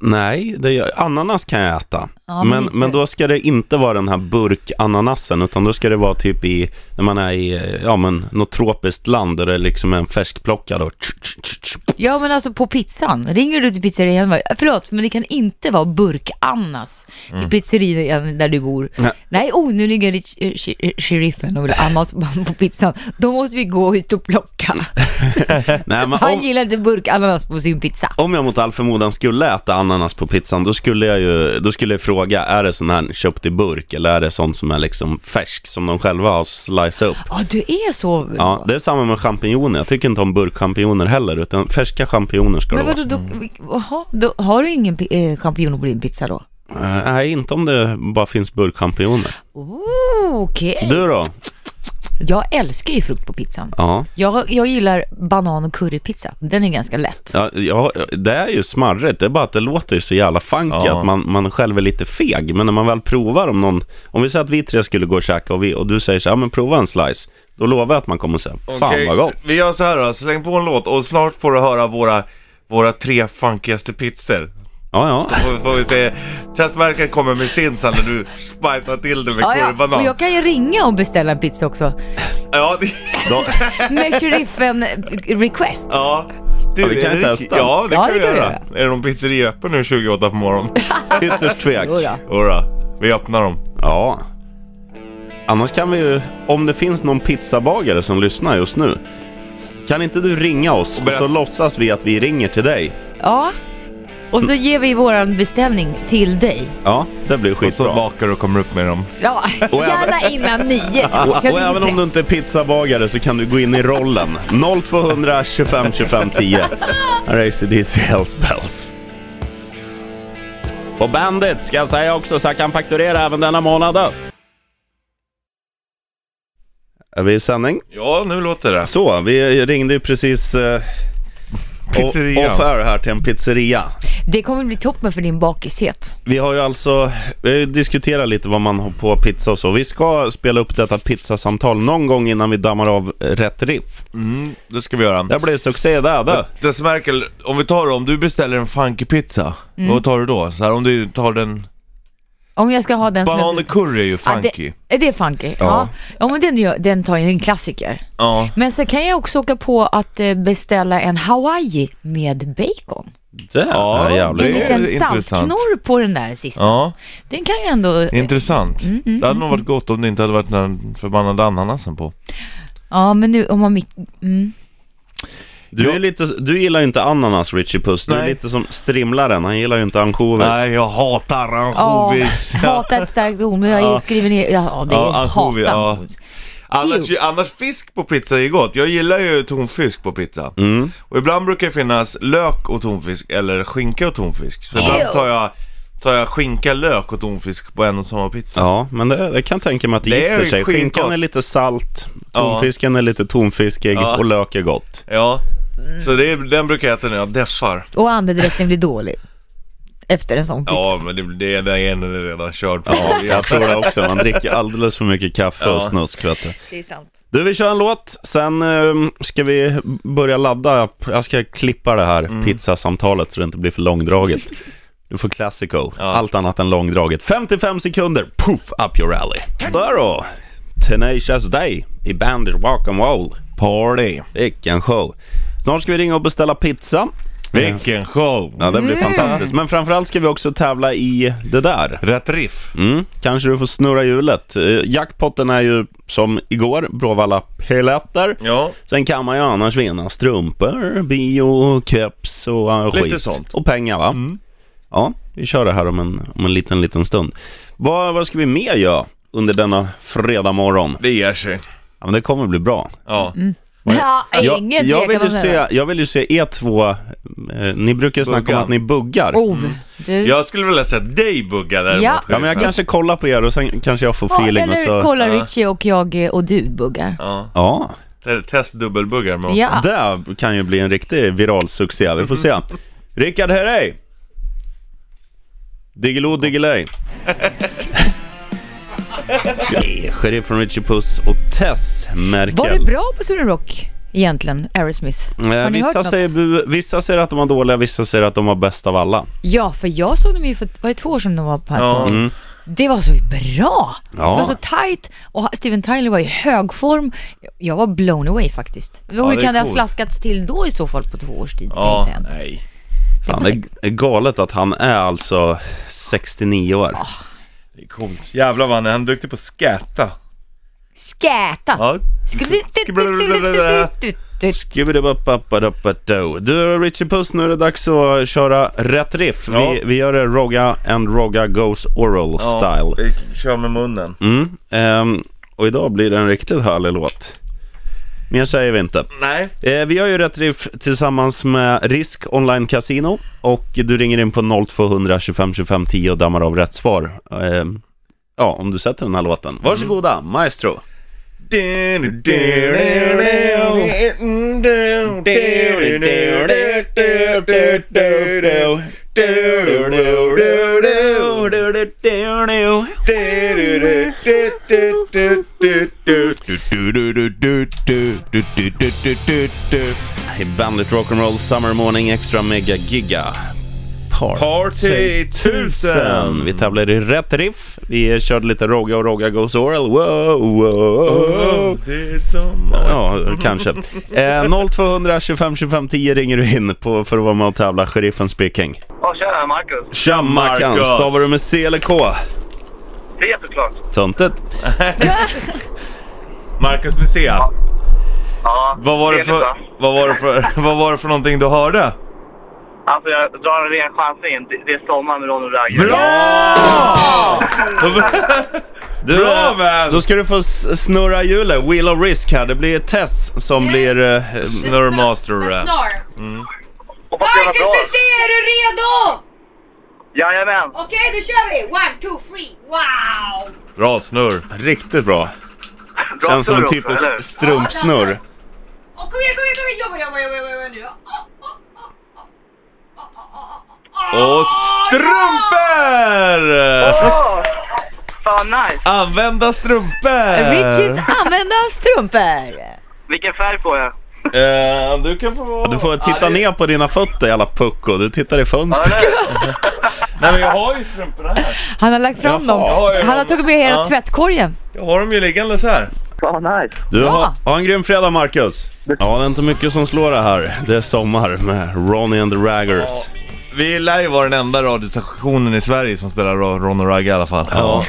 Speaker 1: Nej, det gör, ananas kan jag äta.
Speaker 3: Ja, men
Speaker 1: men,
Speaker 3: inte-
Speaker 1: men då ska det inte vara den här burkananasen, utan då ska det vara typ i, när man är i, eh, ja men, något tropiskt land där det liksom är en färskplockad och tsch, tsch, tsch, tsch.
Speaker 3: Ja, men alltså på pizzan. Ringer du till pizzerian och bara, "Eh, förlåt, men det kan inte vara burk-annas till pizzerian där du bor.
Speaker 1: Mm. Nej.
Speaker 3: Nej, oh, nu ligger Rich- eh, sh- eh, sheriffen och vill ha annas på- på pizzan. Då måste vi gå ut och plocka.
Speaker 1: Nej,
Speaker 3: [LAUGHS]
Speaker 1: men
Speaker 3: Han
Speaker 1: om,
Speaker 3: gillar inte burk-ananas på sin pizza.
Speaker 1: om jag mot all förmodan skulle äta ananas på pizzan, då skulle jag ju, då skulle jag fråga, är det sån här köpt i burk eller är det sånt som är liksom färsk, som de själva har slicat upp?
Speaker 3: Ja, du är så...
Speaker 1: Ja, det är samma med champinjoner. Jag tycker inte om burkchampinjoner heller, utan färska champinjoner ska det
Speaker 3: Men
Speaker 1: vara.
Speaker 3: vadå, då, jaha, då har du ingen pi- eh, champinjoner på din pizza då?
Speaker 1: Eh, Nej, inte om det bara finns burkchampinjoner.
Speaker 3: Oh, Okej.
Speaker 1: Du då?
Speaker 3: Jag älskar ju frukt på pizzan.
Speaker 1: Ja.
Speaker 3: Jag, jag gillar banan och currypizza. Den är ganska lätt.
Speaker 1: Ja, ja, det är ju smarrigt. Det är bara att det låter ju så jävla funky
Speaker 2: Ja.
Speaker 1: att man, man själv är lite feg. Men när man väl provar om någon... Om vi säger att vi tre skulle gå och käka och, vi, och du säger så här, "Ja, men prova en slice. Då lovar jag att man kommer säga, fan
Speaker 2: Okej,
Speaker 1: vad gott.
Speaker 2: Vi gör så här då, släng på en låt och snart får du höra våra, våra tre funkigaste pizzor.
Speaker 1: Ja, ja.
Speaker 2: Får, får vi se. Testverket kommer med sin sen när du spajtar till det med
Speaker 3: Ja,
Speaker 2: korv och
Speaker 3: ja. Och
Speaker 2: banan.
Speaker 3: jag kan ju ringa och beställa en pizza också.
Speaker 2: Ja, det,
Speaker 1: Då,
Speaker 3: Med sheriffen request.
Speaker 2: [LAUGHS] ja. Du,
Speaker 1: Ja, vi kan
Speaker 2: är det-
Speaker 1: testa.
Speaker 2: Ja, det
Speaker 3: Ja,
Speaker 2: kan
Speaker 3: det
Speaker 2: vi
Speaker 3: kan vi
Speaker 2: göra. Är det någon pizzeria öppen nu 28 på
Speaker 3: [LAUGHS]
Speaker 2: morgonen?
Speaker 1: ytterst tvek.
Speaker 3: Jo då.
Speaker 2: Jodå, vi öppnar dem.
Speaker 1: Ja. Annars kan vi ju, om det finns någon pizzabagare som lyssnar just nu. Kan inte du ringa oss
Speaker 2: Berätta.
Speaker 1: så låtsas vi att vi ringer till dig?
Speaker 3: Ja. Och så ger vi våran beställning till dig.
Speaker 1: Ja, det blir
Speaker 2: Och så
Speaker 1: skitbra.
Speaker 2: bakar du och kommer upp med dem.
Speaker 3: Ja,
Speaker 1: Och även-
Speaker 3: gärna innan nio.
Speaker 1: Och, och även om du inte är pizzabagare så kan du gå in i rollen. 0200 25 25 10. Här är ACDC Hells Bells. Och Bandit ska jag säga också så jag kan fakturera även denna månad. då. Är vi i sändning?
Speaker 2: Ja, nu låter det.
Speaker 1: Så, vi ringde ju precis eh,
Speaker 2: Pizzeria.
Speaker 1: off air här till en pizzeria.
Speaker 3: Det kommer bli toppen för din bakishet.
Speaker 1: Vi har ju alltså vi har ju diskuterat lite vad man har på pizza och så. Vi ska spela upp detta pizzasamtal någon gång innan vi dammar av rätt riff.
Speaker 2: Mm, det ska vi göra.
Speaker 1: Det blir succé där du.
Speaker 2: Dess Merkel, om vi tar det, om du beställer en funky pizza,
Speaker 3: Mm.
Speaker 2: vad tar du då? Så här, om du tar den...
Speaker 3: Om jag ska ha den som...
Speaker 2: Banan och curry är ju
Speaker 3: Ja,
Speaker 2: funky.
Speaker 3: det, är det funky? Ja. Ja, men den, gör- den tar ju en klassiker.
Speaker 2: Ja.
Speaker 3: Men sen kan jag också åka på att eh, beställa en hawaii med bacon.
Speaker 1: Det
Speaker 2: Ja,
Speaker 1: är jävligt
Speaker 3: En
Speaker 2: det-
Speaker 1: bra.
Speaker 3: liten
Speaker 2: intressant.
Speaker 3: saltknorr på den där sista.
Speaker 2: Ja,
Speaker 3: Den kan ju ändå...
Speaker 2: intressant.
Speaker 3: Mm,
Speaker 2: det hade nog varit gott om det inte hade varit den förbannade ananasen på.
Speaker 3: Ja, men nu om man... mik- Mm.
Speaker 1: Du, är lite, du gillar ju inte ananas Richie Puss. Du är
Speaker 2: Nej.
Speaker 1: lite som strimlaren. Han gillar ju inte ansjovis.
Speaker 2: Nej, jag hatar
Speaker 3: Ja, [LAUGHS]
Speaker 2: ansjovis.
Speaker 3: hata ett starkt ord, men jag
Speaker 2: Ja.
Speaker 3: skriver ner... Ja, ja, det är
Speaker 2: Ja,
Speaker 3: hata.
Speaker 2: ansjovis, ja. Annars,
Speaker 3: Ew.
Speaker 2: annars fisk på pizza är ju gott. Jag gillar ju tonfisk på pizza.
Speaker 1: Mm.
Speaker 2: Och ibland brukar det finnas lök och tonfisk eller skinka och tonfisk. Så ibland
Speaker 3: Ew.
Speaker 2: tar jag, tar jag skinka, lök och tonfisk på en och samma pizza.
Speaker 1: Ja, men det, det kan jag tänka mig att det,
Speaker 2: Det är
Speaker 1: gifter
Speaker 2: ju
Speaker 1: sig. Skinkan
Speaker 2: skitgott.
Speaker 1: är lite salt,
Speaker 2: Ja.
Speaker 1: tonfisken är lite tonfiskig
Speaker 2: Ja.
Speaker 1: och lök är gott.
Speaker 2: Ja. Så det är, den brukar jag äta när jag deffar.
Speaker 3: Och andedräkten blir dålig. Efter en sån pizza.
Speaker 2: Ja, men det, det, den ena är redan körd på.
Speaker 1: Ja, jag tror det också. Man dricker alldeles för mycket kaffe och
Speaker 2: Ja.
Speaker 1: snusk vet du.
Speaker 3: Det är sant.
Speaker 1: Du, vi kör en låt, sen ehm, ska vi börja ladda. Jag ska klippa det här pizzasamtalet så det inte blir för långdraget. Du får Classico, allt annat än långdraget. 55 sekunder, poof up your alley. Där då, Tenacious Day i bandet Rock and Roll.
Speaker 2: Party.
Speaker 1: Vilken show. Snart ska vi ringa och beställa pizza.
Speaker 2: Vilken show!
Speaker 1: Ja, det blir fantastiskt. Men framförallt ska vi också tävla i det där.
Speaker 2: Rätt riff.
Speaker 1: Mm, kanske du får snurra hjulet. Eh, Jackpotten är ju som igår, Bråvalla peletter.
Speaker 2: Ja.
Speaker 1: Sen kan man ju annars vinna strumpor, bio, keps och eh, skit.
Speaker 2: Lite sånt. Mm.
Speaker 1: Och pengar va? Ja, vi kör det här om en, om en liten, liten stund. Vad, vad ska vi mer göra? under denna fredag morgon.
Speaker 2: Det ger sig.
Speaker 1: Ja, men det kommer bli bra.
Speaker 2: Ja.
Speaker 3: Mm. Ja, ingen
Speaker 1: jag, jag,
Speaker 3: tvekan
Speaker 1: vill
Speaker 3: om
Speaker 1: ju
Speaker 3: det.
Speaker 1: se, jag vill ju se E2, eh, ni brukar ju snacka
Speaker 2: Buggan.
Speaker 1: om att ni buggar.
Speaker 3: Oh, du.
Speaker 2: Jag skulle vilja se dig bugga däremot.
Speaker 3: Ja.
Speaker 1: Ja men jag kanske kollar på er och sen kanske jag får
Speaker 3: Ja,
Speaker 1: feeling och
Speaker 3: eller
Speaker 1: så...
Speaker 3: kolla
Speaker 2: Ja.
Speaker 3: Richie och jag eh, och du buggar.
Speaker 2: Ja.
Speaker 1: Ja,
Speaker 2: Te- Test dubbelbuggar med oss.
Speaker 3: Ja. Mm-hmm.
Speaker 1: det kan ju bli en riktig viral succé, vi får se. Rickard Herrey! Diggiloo Diggiley! Sheriff från Richie Puss och Tess Merkel.
Speaker 3: Var det bra på Sweden Rock egentligen, Aerosmith?
Speaker 1: Eh,
Speaker 3: Har ni hört
Speaker 1: vissa,
Speaker 3: något?
Speaker 1: säger, bu- vissa säger att de var dåliga, vissa säger att de var bäst av alla.
Speaker 3: Ja, för jag såg dem ju för var det två år sedan de var på här.
Speaker 2: Ja.
Speaker 1: Mm.
Speaker 3: Det var så bra! Det
Speaker 1: Ja.
Speaker 3: var så tight och Steven Tyler var i hög form. Jag var blown away faktiskt.
Speaker 2: det
Speaker 3: Hur
Speaker 2: är
Speaker 3: kan det ha
Speaker 2: coolt.
Speaker 3: slaskats till då i så fall på två års tid?
Speaker 2: Ja,
Speaker 3: Det är inte hänt.
Speaker 2: nej.
Speaker 1: Fan, det är galet att han är alltså 69 år.
Speaker 2: Det är coolt. Jävlar vad han är, han är duktig på att skäta.
Speaker 3: Skäta!
Speaker 2: Ja.
Speaker 1: Skibidi-bop-bop-bop-bop-do. Du Richie Puss, nu är det dags att köra rätt riff.
Speaker 2: Ja.
Speaker 1: Vi, vi gör det Rogga and Rogga goes oral
Speaker 2: Ja,
Speaker 1: style.
Speaker 2: vi kör med munnen.
Speaker 1: Mm. ehm, och idag blir det en riktigt härlig låt. Mer säger vi inte.
Speaker 2: Nej.
Speaker 1: Eh, vi gör ju Rätt Riff tillsammans med Risk Online Casino och du ringer in på 0200 25 25 10 och dammar av rätt svar. Ehm, ja, om du sätter den här låten. Varsågoda, maestro. I Bandit Rock'n'Roll Summer Morning Extra Mega Giga
Speaker 2: Party
Speaker 1: 1000.
Speaker 2: 1000!
Speaker 1: Vi tävlar i rätt riff. Vi körde lite Rogga och Rogga Goes Oral. Wow, wow, wow.
Speaker 2: Det är sommar.
Speaker 1: Ja, kanske. Eh, 0200 25 25 10 ringer du in på, för att vara med och tävla. Sheriffen speaking.
Speaker 4: Ja, tjena Marcus.
Speaker 1: Tja Mackan,
Speaker 2: Marcus.
Speaker 1: stavar du med C eller K?
Speaker 4: Det är såklart.
Speaker 1: Töntigt.
Speaker 2: Marcus Messea,
Speaker 4: Ja,
Speaker 2: vad var det
Speaker 4: trevligt,
Speaker 2: för,
Speaker 4: va?
Speaker 2: vad var det för, vad var det för någonting du hörde?
Speaker 4: Alltså jag drar en ren chansning. Det, det är sommar med Ronny Ragge.
Speaker 2: Bra!
Speaker 1: [LAUGHS] Du,
Speaker 2: Bra
Speaker 1: eh,
Speaker 2: vän!
Speaker 1: Då ska du få s- snurra hjulet, Wheel of Risk här. Det blir Tess som
Speaker 3: Yes.
Speaker 1: blir... eh,
Speaker 2: Snurr master rap.
Speaker 3: Snar!
Speaker 4: Hoppas det var bra.
Speaker 3: är du redo?
Speaker 4: Jajamän.
Speaker 3: Okej, då kör vi! One, two, three, wow!
Speaker 2: Bra snurr.
Speaker 1: Riktigt bra.
Speaker 4: Bra
Speaker 1: Känns som
Speaker 4: surr
Speaker 1: en
Speaker 4: också,
Speaker 1: typisk
Speaker 4: eller hur?
Speaker 1: strumpsnurr.
Speaker 3: Och kom igen, kom igen, kom igen! Jobba, jobba, jobba, jobba nu!
Speaker 2: Och strumpor!
Speaker 4: Åh! Fan nice.
Speaker 2: Använda strumpor!
Speaker 3: Richies
Speaker 5: Äh.
Speaker 3: använda strumpor!
Speaker 4: Vilken färg får jag?
Speaker 2: Eh, du kan få...
Speaker 1: Du får titta ner på dina fötter jävla pucko. Du tittar i
Speaker 4: Ja,
Speaker 1: fönstret.
Speaker 4: eller [LAUGHS] hur?
Speaker 2: Nej men jag har ju strumporna här.
Speaker 3: Han har lagt fram
Speaker 1: Jaha,
Speaker 2: ja, ja.
Speaker 3: dem. Han har tagit med hela
Speaker 2: Ja.
Speaker 3: tvättkorgen.
Speaker 2: Jag har dem ju liggandes här.
Speaker 4: Fan nice.
Speaker 1: Du, ha,
Speaker 3: Bra.
Speaker 1: ha en grym fredag Marcus. Ja, det är inte mycket som slår det här. Det är sommar med Ronnie and the Raggers.
Speaker 2: Vi lär ju vara den enda radiostationen i Sverige som spelar Ro- Ron och Ragge i alla fall.
Speaker 1: Ja.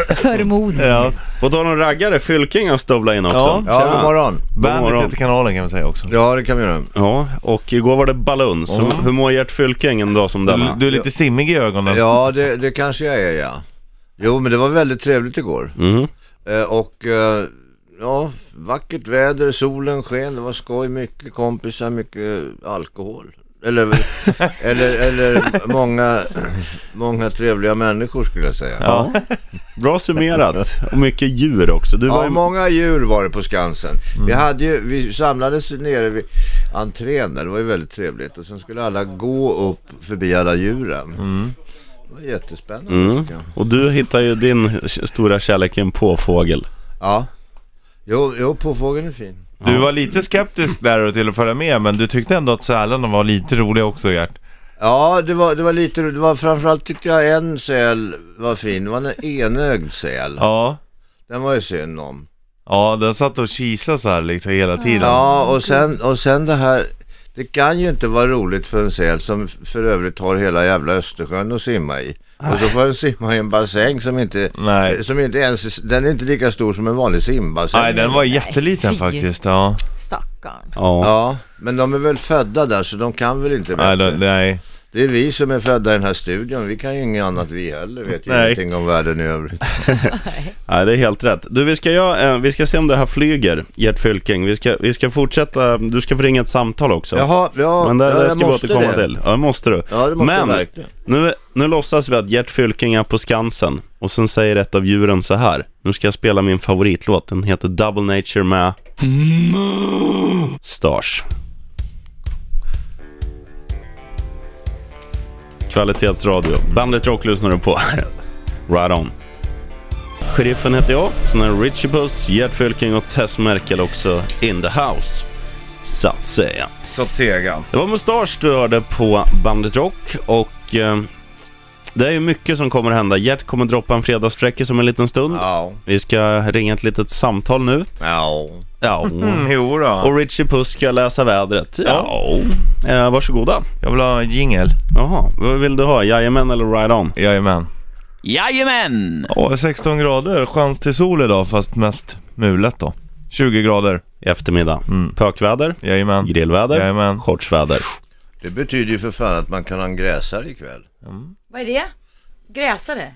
Speaker 5: Mm.
Speaker 3: Förmodligen.
Speaker 2: ja.
Speaker 1: På tal om raggare, Fylking har stövlat in också.
Speaker 2: Ja.
Speaker 5: Ja,
Speaker 1: Tjena.
Speaker 5: god morgon.
Speaker 1: morgon.
Speaker 2: Bandet heter kanalen kan vi säga också.
Speaker 5: Ja, det kan vi göra.
Speaker 1: Ja, och igår var det baluns. Hur, hur mår Gert Fylking en dag som denna?
Speaker 5: Mm,
Speaker 2: Du, du är lite simmig i ögonen.
Speaker 5: Ja, det, det kanske jag är, ja. Jo, men det var väldigt trevligt igår.
Speaker 1: Mhm.
Speaker 5: Eh, och, eh, ja, vackert väder, solen sken, det var skoj, mycket kompisar, mycket alkohol.
Speaker 1: [LAUGHS]
Speaker 5: Eller, eller, eller många, många trevliga människor skulle jag säga. Ja,
Speaker 1: Ja. Bra summerat. Och mycket djur också. Du var ju... Mm.
Speaker 5: många djur var det på Skansen. Vi, hade ju, vi samlades nere vid entrén där, det var ju väldigt trevligt. Och sen skulle alla gå upp förbi alla djuren. Det var jättespännande
Speaker 1: Mm.
Speaker 5: tycker jag.
Speaker 1: Och du hittar ju din k- stora kärlek i en påfågel.
Speaker 5: Ja. Jo, jo påfågeln är fin.
Speaker 2: Du var lite skeptisk där och till att följa med men du tyckte ändå att sälarna var lite roliga också Gert.
Speaker 5: Ja, det var, det var lite det var Framförallt tyckte jag en säl var fin. Det var en enögd säl.
Speaker 2: Ja.
Speaker 5: Den var ju synd om.
Speaker 2: Ja, den satt och kisade så här liksom hela tiden.
Speaker 5: Ja, och sen, och sen det här. Det kan ju inte vara roligt för en säl som f- för övrigt har hela jävla Östersjön att simma i. Och så får den simma i en bassäng som inte,
Speaker 2: Nej.
Speaker 5: som inte ens, den är inte lika stor som en vanlig simbassäng.
Speaker 2: Nej, den var jätteliten
Speaker 3: Nej, fy.
Speaker 2: faktiskt. Ja.
Speaker 3: Stackarn.
Speaker 1: Ja.
Speaker 5: Ja, men de är väl födda där så de kan väl inte
Speaker 2: Nej,
Speaker 5: bättre.
Speaker 2: då, nej.
Speaker 5: Det är vi som är födda i den här studion. Vi kan ju inget annat vi heller. Vet ju
Speaker 2: Nej.
Speaker 5: ingenting om världen
Speaker 1: [LAUGHS]
Speaker 5: i övrigt.
Speaker 1: Nej, det är helt rätt. Du, vi ska, göra, eh, vi ska se om det här flyger, Gert Fylking. Vi ska, vi ska fortsätta, du ska få ringa ett samtal också.
Speaker 5: Jaha, ja,
Speaker 1: Men där,
Speaker 5: ja,
Speaker 1: där
Speaker 5: jag
Speaker 1: ska vi
Speaker 5: måste
Speaker 1: återkomma
Speaker 5: det.
Speaker 1: till. Ja, det måste du.
Speaker 5: Ja, det måste jag
Speaker 1: Men
Speaker 5: verkligen.
Speaker 1: nu, nu låtsas vi att Gert Fylking är på Skansen och sen säger ett av djuren så här. Nu ska jag spela min favoritlåt. Den heter Double Nature med Stars. Kvalitetsradio. Bandet Rock lyssnar du på. [LAUGHS] right on. Sheriffen heter jag, sen är Richie Puss, Gert Fylking och Tess Merkel också in the house. Så att säga.
Speaker 2: Så att segan.
Speaker 1: Det var Mustasch du hörde på Bandet Rock och eh, det är ju mycket som kommer att hända. Gert kommer droppa en fredagsfräckis om en liten stund.
Speaker 5: Ja,
Speaker 1: Vi ska ringa ett litet samtal nu.
Speaker 5: ja.
Speaker 1: Ja.
Speaker 2: Mm, [LAUGHS] jo då.
Speaker 1: Och Richie Puss ska läsa vädret. Ja. Eh, varsågoda.
Speaker 2: Jag vill ha en jingel.
Speaker 1: Jaha, vad vill du ha? Jajamän eller Ride On?
Speaker 2: Jajamän.
Speaker 6: Jajamän!
Speaker 2: Ja, 16 grader. Chans till sol idag fast mest mulet då. 20 grader.
Speaker 1: I eftermiddag. Pökväder,
Speaker 2: Jajamän.
Speaker 1: grillväder,
Speaker 2: Jajamän.
Speaker 1: shortsväder.
Speaker 5: Det betyder ju för fan att man kan ha en gräsare ikväll.
Speaker 3: Vad är det? Gräsare?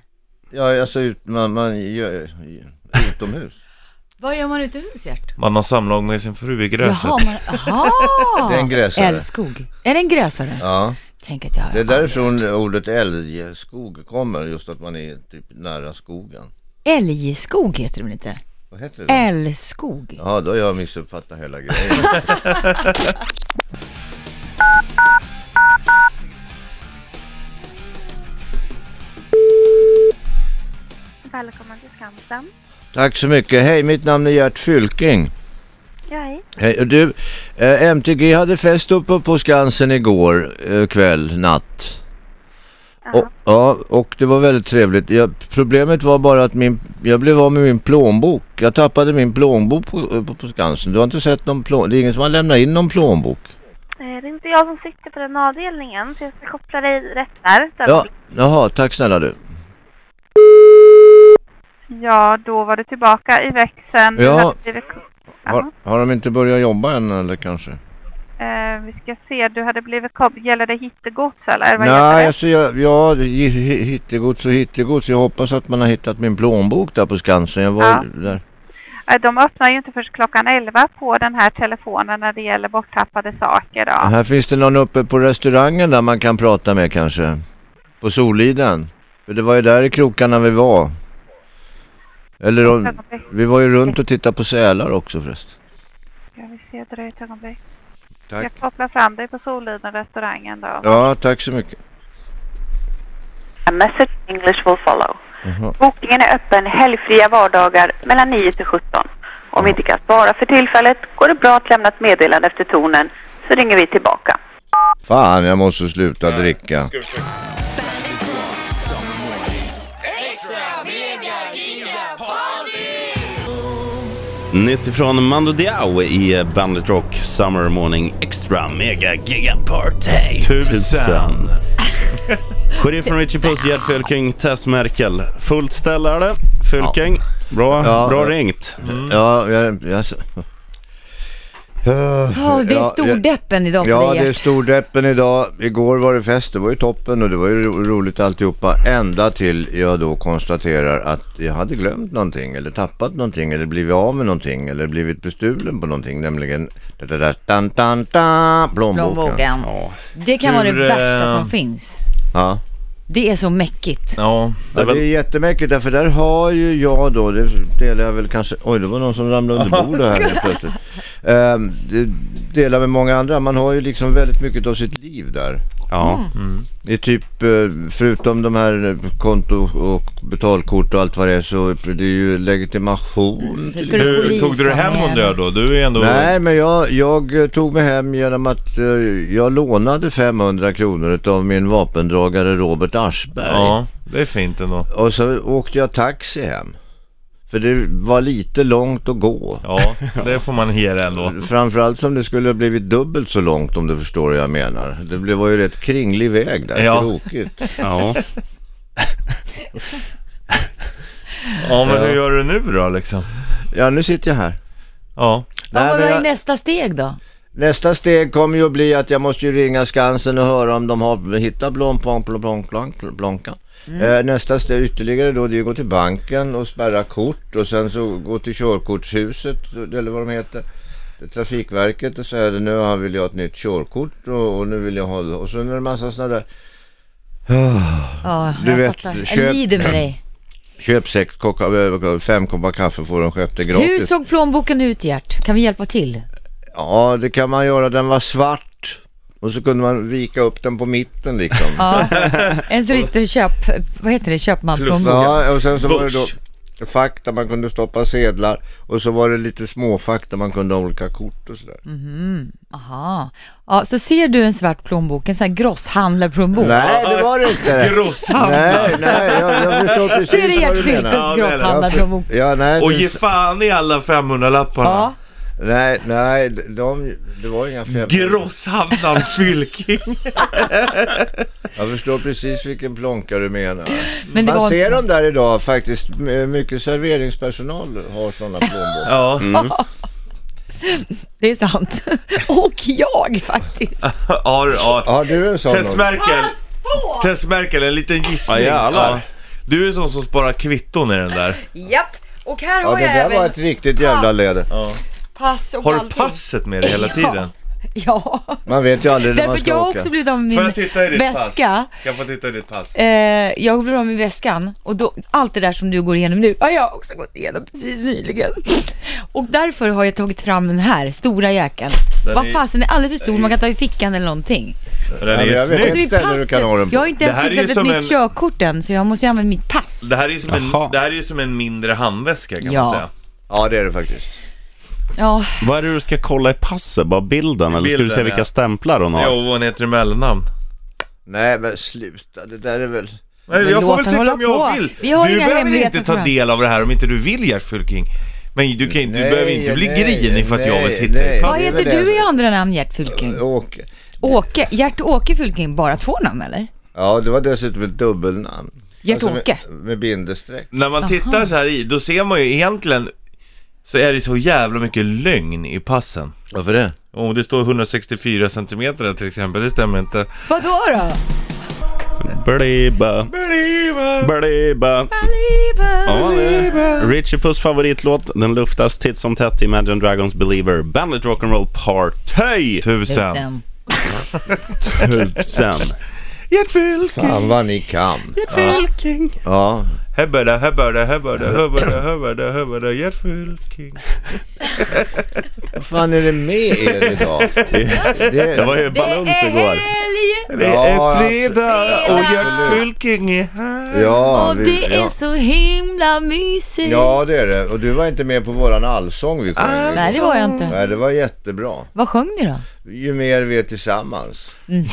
Speaker 5: Ja, alltså ut, man, man gör, utomhus.
Speaker 3: Vad gör man utomhus, Gert?
Speaker 2: Man har samlag med sin fru i gräset.
Speaker 3: Jaha, man... Jaha!
Speaker 5: [LAUGHS] Det är en gräsare.
Speaker 3: Älskog. Är det en gräsare?
Speaker 5: [LAUGHS] Ja,
Speaker 3: Tänk att jag...
Speaker 5: det är därifrån ordet älgskog kommer. Just att man är typ nära skogen.
Speaker 3: Älgskog heter det väl inte?
Speaker 5: Vad heter det?
Speaker 3: Älskog.
Speaker 5: Ja, då har jag missuppfattat hela grejen. [LAUGHS]
Speaker 7: Välkommen till Skansen.
Speaker 5: Tack så mycket. Hej, mitt namn är Gert Fylking.
Speaker 7: Ja, hej.
Speaker 5: Hej, och du, eh, MTG hade fest uppe på Skansen igår eh, kväll, natt. Och, ja, och det var väldigt trevligt. Jag, problemet var bara att min, jag blev av med min plånbok. Jag tappade min plånbok på, på, på Skansen. Du har inte sett någon plånbok? Det är ingen som har lämnat in någon plånbok?
Speaker 7: Eh, Det är inte jag som sitter på den avdelningen, så jag ska koppla dig rätt där. Ett
Speaker 5: Ja,
Speaker 7: ögonblick.
Speaker 5: jaha, tack snälla du.
Speaker 7: ja, då var du tillbaka i växeln. Du
Speaker 5: Ja.
Speaker 7: hade blivit-
Speaker 5: Har, har de inte börjat jobba än eller kanske?
Speaker 7: Eh, vi ska se, du hade blivit kom... Gäller det hittegods eller? Vad gäller
Speaker 5: Nej,
Speaker 7: det?
Speaker 5: alltså jag, ja, det- hi- hi- hittegods och hittegods. Jag hoppas att man har hittat min plånbok där på Skansen. Jag var
Speaker 7: Ja.
Speaker 5: där.
Speaker 7: Eh, De öppnar ju inte först klockan 11 på den här telefonen när det gäller borttappade saker. Då.
Speaker 5: Här finns det någon uppe på restaurangen där man kan prata med kanske. På Soliden. För det var ju där i krokarna vi var. Eller om,
Speaker 7: Ett ögonblick.
Speaker 5: vi var ju runt och tittade på sälar också förresten.
Speaker 7: Ska vi se, dröj ett ögonblick.
Speaker 5: Tack.
Speaker 7: Jag kopplar fram dig på Soliden-restaurangen då.
Speaker 5: Ja, tack så mycket.
Speaker 8: A message in English will follow.
Speaker 5: Jaha.
Speaker 8: Bokningen är öppen helgfria vardagar mellan 9 till 17. Om vi inte kan svara för tillfället går det bra att lämna ett meddelande efter tonen så ringer vi tillbaka.
Speaker 5: Fan, jag måste sluta dricka.
Speaker 1: Nytt ifrån Mando Diao i Bandit Rock Summer Morning Extra Mega Giga Party
Speaker 2: Tusen.
Speaker 1: [LAUGHS] Sheriffen Richie Puss, Gert Fylking, Tess Merkel Fullt ställe är det, Fylking Bra,
Speaker 5: Ja.
Speaker 1: bra ringt
Speaker 5: Ja, jag...
Speaker 3: Ja,
Speaker 5: jag
Speaker 3: det är
Speaker 5: Ja, jag-
Speaker 3: stordeppen idag för
Speaker 5: Ja,
Speaker 3: dig,
Speaker 5: det är
Speaker 3: Gert.
Speaker 5: stordeppen idag. Igår var det fest, det var ju toppen och det var ju ro- roligt alltihopa. Ända till jag då konstaterar att jag hade glömt någonting eller tappat någonting eller blivit av med någonting eller blivit bestulen på någonting, nämligen da, da, da, dan, dan, dan, plånboken.
Speaker 3: Plånboken.
Speaker 1: Ja,
Speaker 3: Det kan vara det
Speaker 2: Hur,
Speaker 3: värsta
Speaker 2: eh,
Speaker 3: som finns.
Speaker 5: Ja.
Speaker 3: Det är så mäckigt.
Speaker 2: Ja.
Speaker 1: det
Speaker 5: Ja,
Speaker 1: är
Speaker 5: det är
Speaker 1: väl,
Speaker 5: jättemäckigt därför där har ju jag då, det delar jag väl kanske, oj det var någon som ramlade under bordet här helt plötsligt. Ehm, det delar med många andra, man har ju liksom väldigt mycket av sitt liv där.
Speaker 1: ja.
Speaker 5: Det är typ, eh, förutom de här eh, konto och betalkort och allt vad det är så är det ju
Speaker 2: Mm.
Speaker 5: legitimation.
Speaker 3: Nu ska du
Speaker 2: Du, tog du dig hem
Speaker 3: polisanmäla.
Speaker 2: undrar jag då? Du är ändå...
Speaker 5: Nej, men jag, jag eh, tog mig hem genom att eh, jag lånade 500 kronor av min vapendragare Robert Aschberg.
Speaker 2: Ja, det är fint ändå.
Speaker 5: Och så åkte jag taxi hem. För det var lite långt att gå.
Speaker 2: Ja, det får man ge det ändå.
Speaker 5: Framförallt som det skulle ha blivit dubbelt så långt om du förstår vad jag menar. Det blev- var ju rätt kringlig väg där,
Speaker 2: Ja.
Speaker 5: krokigt.
Speaker 1: ja.
Speaker 2: Ja, men hur gör du nu då liksom?
Speaker 5: Ja, nu sitter jag här.
Speaker 2: Ja.
Speaker 3: Vad
Speaker 5: Nej,
Speaker 3: var
Speaker 5: men jag-
Speaker 3: nästa steg då?
Speaker 5: Nästa steg kommer ju att bli att jag måste ju ringa Skansen och höra om de har hittat blomplång, blomplång, blomplång, blomplång. Eh, nästa steg ytterligare då det är att gå till banken och spärra kort och sen så gå till körkortshuset eller vad de heter. Trafikverket och säga nu har- vill jag ha ett nytt körkort och, och nu vill jag ha och så är det en massa sådana där
Speaker 3: Ja,
Speaker 5: Du
Speaker 3: jag
Speaker 5: vet,
Speaker 3: fattar.
Speaker 5: köp-
Speaker 3: Jag lider med dig.
Speaker 5: köp sex kockar, eh, fem koppar kaffe får de sjätte gratis.
Speaker 3: Hur såg plånboken ut Gert? Kan vi hjälpa till?
Speaker 5: Ja, det kan man göra. Den var svart. Och så kunde man vika upp den på mitten liksom.
Speaker 3: Ja. En så liten köp... Vad heter det? Köpmanplånbok?
Speaker 5: Ja, och sen så var det
Speaker 2: Bush.
Speaker 5: då fack där man kunde stoppa sedlar. Och så var det lite småfack där man kunde ha olika kort och sådär.
Speaker 3: Mm. Aha. Ja, så ser du en svart plånbok, en sån här grosshandlarplånbok.
Speaker 5: Nej, det var
Speaker 2: [LAUGHS]
Speaker 5: det inte.
Speaker 2: Grosshandlar!
Speaker 5: Eh. Nej, nej, jag,
Speaker 2: [LAUGHS]
Speaker 5: jag förstår precis
Speaker 3: Ser du
Speaker 5: vad
Speaker 3: Gert
Speaker 5: du menar.
Speaker 2: Ja,
Speaker 3: Fylkes
Speaker 2: det är det.
Speaker 3: grosshandlarplånbok?
Speaker 5: Ja, nej,
Speaker 2: Och
Speaker 5: det-
Speaker 2: ge fan i alla 500-lapparna!
Speaker 3: Ja.
Speaker 5: nej, nej, de, det var inga fem.
Speaker 2: Grosshandlaren [LAUGHS] Fylking!
Speaker 5: Jag förstår precis vilken plånka du menar.
Speaker 3: Men det
Speaker 5: Man
Speaker 3: var
Speaker 5: ser
Speaker 3: inte...
Speaker 5: dem där idag faktiskt. M- Mycket serveringspersonal har sådana
Speaker 2: [LAUGHS]
Speaker 5: plånböcker.
Speaker 2: Ja.
Speaker 3: Det är sant. [LAUGHS] Och jag faktiskt.
Speaker 2: Ja, ja.
Speaker 5: Har du en sån?
Speaker 2: Tess
Speaker 5: Olga?
Speaker 2: Merkel! Tess Merkel, en liten gissning!
Speaker 1: Ja, jävlar.
Speaker 2: Du är sån som sparar kvitton i den där.
Speaker 3: Japp. Och här
Speaker 5: Ja,
Speaker 3: har
Speaker 5: det
Speaker 3: jag
Speaker 5: där
Speaker 3: även
Speaker 5: var ett riktigt jävla
Speaker 3: pass.
Speaker 5: läder.
Speaker 3: pass och
Speaker 2: Har du
Speaker 3: allting.
Speaker 2: passet med dig hela
Speaker 3: Ja.
Speaker 2: tiden?
Speaker 3: Ja.
Speaker 5: Man vet ju aldrig när
Speaker 3: Därför
Speaker 5: man
Speaker 3: jag
Speaker 5: ska
Speaker 3: har
Speaker 5: åka.
Speaker 3: också blivit av med
Speaker 2: Får
Speaker 3: min
Speaker 2: jag titta i ditt
Speaker 3: väska.
Speaker 2: pass? Kan jag få titta i ditt pass?
Speaker 3: Eh, jag blev av med väskan och då, allt det där som du går igenom nu har jag också gått igenom precis nyligen. Och därför har jag tagit fram den här stora jäkeln.
Speaker 2: Den
Speaker 3: Vad
Speaker 2: är-
Speaker 3: fasen, den är alldeles för stor, man kan ta i fickan eller någonting.
Speaker 2: Den
Speaker 5: Ja, men
Speaker 2: är
Speaker 5: jag vet.
Speaker 2: snygg!
Speaker 3: Och så mitt
Speaker 5: ställe du
Speaker 3: pass,
Speaker 5: kan ha den på.
Speaker 3: jag har
Speaker 2: Det
Speaker 3: inte ens
Speaker 2: här är ju
Speaker 3: fixat ett
Speaker 2: som
Speaker 3: nytt
Speaker 2: en-
Speaker 3: körkort än, så jag måste ju använda mitt pass.
Speaker 2: Det här är ju som,
Speaker 1: Jaha.
Speaker 2: en, det här är ju som en mindre handväska kan man
Speaker 3: Ja.
Speaker 2: säga.
Speaker 5: Ja, det är det faktiskt.
Speaker 3: Ja,
Speaker 1: Vad är det du ska kolla i passet? Bara bilden? Eller ska du
Speaker 2: Bilden,
Speaker 1: se vilka
Speaker 2: ja.
Speaker 1: stämplar hon har?
Speaker 2: Ja, och hon heter i mellannamn.
Speaker 5: Nej, men sluta. Det där är väl...
Speaker 2: Nej,
Speaker 3: Men
Speaker 2: jag
Speaker 3: låt
Speaker 2: får väl
Speaker 3: den
Speaker 2: tycka
Speaker 3: hålla
Speaker 2: om jag
Speaker 3: på.
Speaker 2: vill.
Speaker 3: Vi har
Speaker 2: du
Speaker 3: inga
Speaker 2: behöver
Speaker 3: hemligheter
Speaker 2: inte ta
Speaker 3: för
Speaker 2: del av det här om inte du vill Gert Fylking. Men du, kan, du
Speaker 5: Nej,
Speaker 2: behöver inte bli
Speaker 5: nej,
Speaker 2: grinig för att jag vill
Speaker 5: nej,
Speaker 2: titta
Speaker 5: nej.
Speaker 2: i
Speaker 5: Ja,
Speaker 3: vad
Speaker 5: det är
Speaker 3: heter
Speaker 5: väl det
Speaker 3: du i
Speaker 5: jag-
Speaker 3: andra namn Gert Fylking?
Speaker 5: Och,
Speaker 3: Åke, Gert-Åke Fylking, bara två namn eller?
Speaker 5: ja, det var dessutom ett dubbelnamn. Alltså,
Speaker 3: Gert-Åke?
Speaker 5: med, med bindestreck.
Speaker 2: När man tittar så här i, då ser man ju egentligen så är det så jävla mycket lögn i passen.
Speaker 5: Varför det?
Speaker 2: Om det står 164 centimeter där till exempel, det stämmer inte.
Speaker 3: Vadå då?
Speaker 1: Bliba, bliba. Ja, det är Richie Puss favoritlåt. Den luftas titt som tätt i Imagine Dragons Believer. Bandit Rock'n'Roll Party!
Speaker 2: Tusen.
Speaker 1: Tusen.
Speaker 2: Gert Fylking!
Speaker 5: Fan vad ni kan.
Speaker 1: Fylking.
Speaker 5: Ja.
Speaker 2: Hebbede, hebbede, hebbede, hebbede, hebbede, hebbede, Gert Fylking.
Speaker 5: Vad fan är det med er idag?
Speaker 1: Det var ju
Speaker 3: Det
Speaker 1: balans
Speaker 3: är
Speaker 1: igår.
Speaker 3: helg
Speaker 2: Det
Speaker 5: Ja,
Speaker 2: är
Speaker 5: absolut.
Speaker 2: fredag och Gert
Speaker 3: Fredag.
Speaker 2: Fylking är här.
Speaker 5: Ja,
Speaker 3: och
Speaker 5: vi-
Speaker 3: det
Speaker 5: ja.
Speaker 3: är så himla mysigt.
Speaker 5: Ja, det är det. Och du var inte med på våran allsång vi sjöng.
Speaker 3: Ah, Nej, det var jag inte.
Speaker 5: Nej, det var jättebra.
Speaker 3: Vad sjöng ni då?
Speaker 5: Ju mer vi är tillsammans.
Speaker 3: Mhm.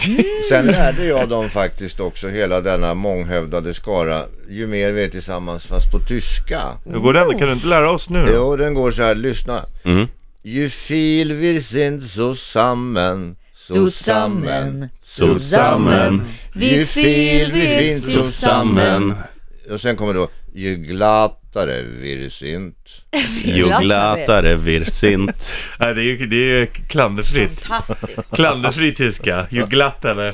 Speaker 5: Sen lärde jag dem faktiskt också, hela denna månghövdade skara, ju mer vi är tillsammans, fast på tyska.
Speaker 2: Hur går den? Kan du inte lära oss nu då?
Speaker 5: Jo, den går så här, lyssna.
Speaker 1: Mm.
Speaker 3: Mhm.
Speaker 5: Ju viel wir sind zusammen,
Speaker 3: Zusammen,
Speaker 1: Zusammen.
Speaker 3: Vi fil, vi finns
Speaker 1: Zusammen.
Speaker 3: zusammen.
Speaker 5: Och sen kommer då, ju glattare wir sind.
Speaker 1: Juglatare virsint.
Speaker 2: Nej, det är ju, det är ju klanderfritt.
Speaker 3: Fantastiskt.
Speaker 2: Klanderfri tyska. Ju glatt eller?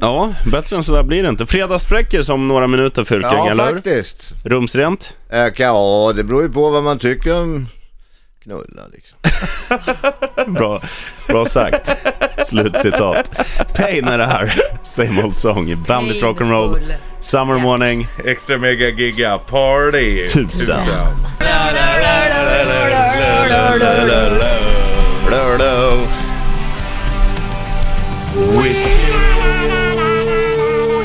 Speaker 1: Ja, bättre än så där blir det inte. Fredagsfräckis om några minuter Fyrking,
Speaker 5: Ja,
Speaker 1: eller hur?
Speaker 5: faktiskt.
Speaker 1: Rumsrent?
Speaker 5: Äh, kan- Ja, det beror ju på vad man tycker om knulla liksom.
Speaker 1: Bra, bra sagt. Slutcitat. Pain är det här. Same old song. Bandit Rock'n'Roll.
Speaker 3: Painful.
Speaker 1: Summer morning.
Speaker 2: Extra mega giga party.
Speaker 1: Tusen.
Speaker 3: Mm.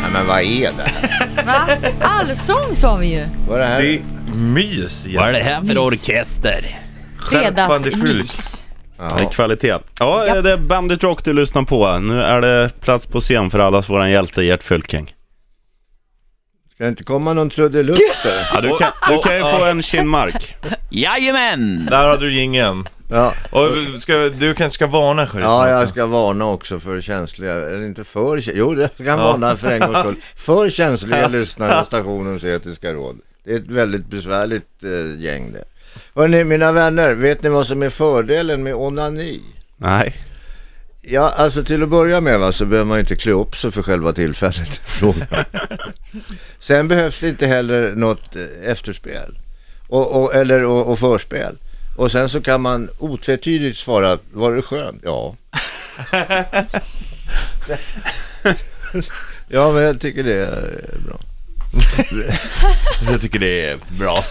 Speaker 5: Nej, men vad är det här?
Speaker 3: Va? Allsång sa vi ju.
Speaker 5: Vad är det här?
Speaker 2: Det är mys
Speaker 1: Vad är
Speaker 2: ja.
Speaker 1: det här för orkester?
Speaker 2: Fan, det är fyllt.
Speaker 3: Fredagsmys.
Speaker 1: Det är kvalitet. Ja,
Speaker 3: Japp.
Speaker 1: det är Bandit Rock du lyssnar på. Nu är det plats på scen för allas våran hjälte Gert Fylking.
Speaker 5: Ska det inte komma någon trudelutt där?
Speaker 1: Ja, du, kan, du kan ju få en kinmark.
Speaker 6: Jajamän!
Speaker 2: Där hade du ingen.
Speaker 5: Ja.
Speaker 2: Och ska, du kanske ska varna sheriffen
Speaker 5: Ja, jag
Speaker 2: också.
Speaker 5: ska varna också för känsliga, eller inte för kä- jo jag kan
Speaker 2: Ja.
Speaker 5: varna för en gångs skull, för känsliga lyssnare av stationens etiska råd. Det är ett väldigt besvärligt eh, gäng det. Hörrni, mina vänner, vet ni vad som är fördelen med onani?
Speaker 1: Nej.
Speaker 5: Ja, alltså till att börja med va, så behöver man ju inte klä upp sig för själva tillfället. [LAUGHS] Fråga. Sen behövs det inte heller något eh, efterspel. Och, och, eller och, och förspel. Och sen så kan man otvetydigt svara, var det skönt?
Speaker 2: [LAUGHS]
Speaker 5: Ja. ja, men jag tycker det är bra.
Speaker 2: [LAUGHS] Jag tycker det är bra.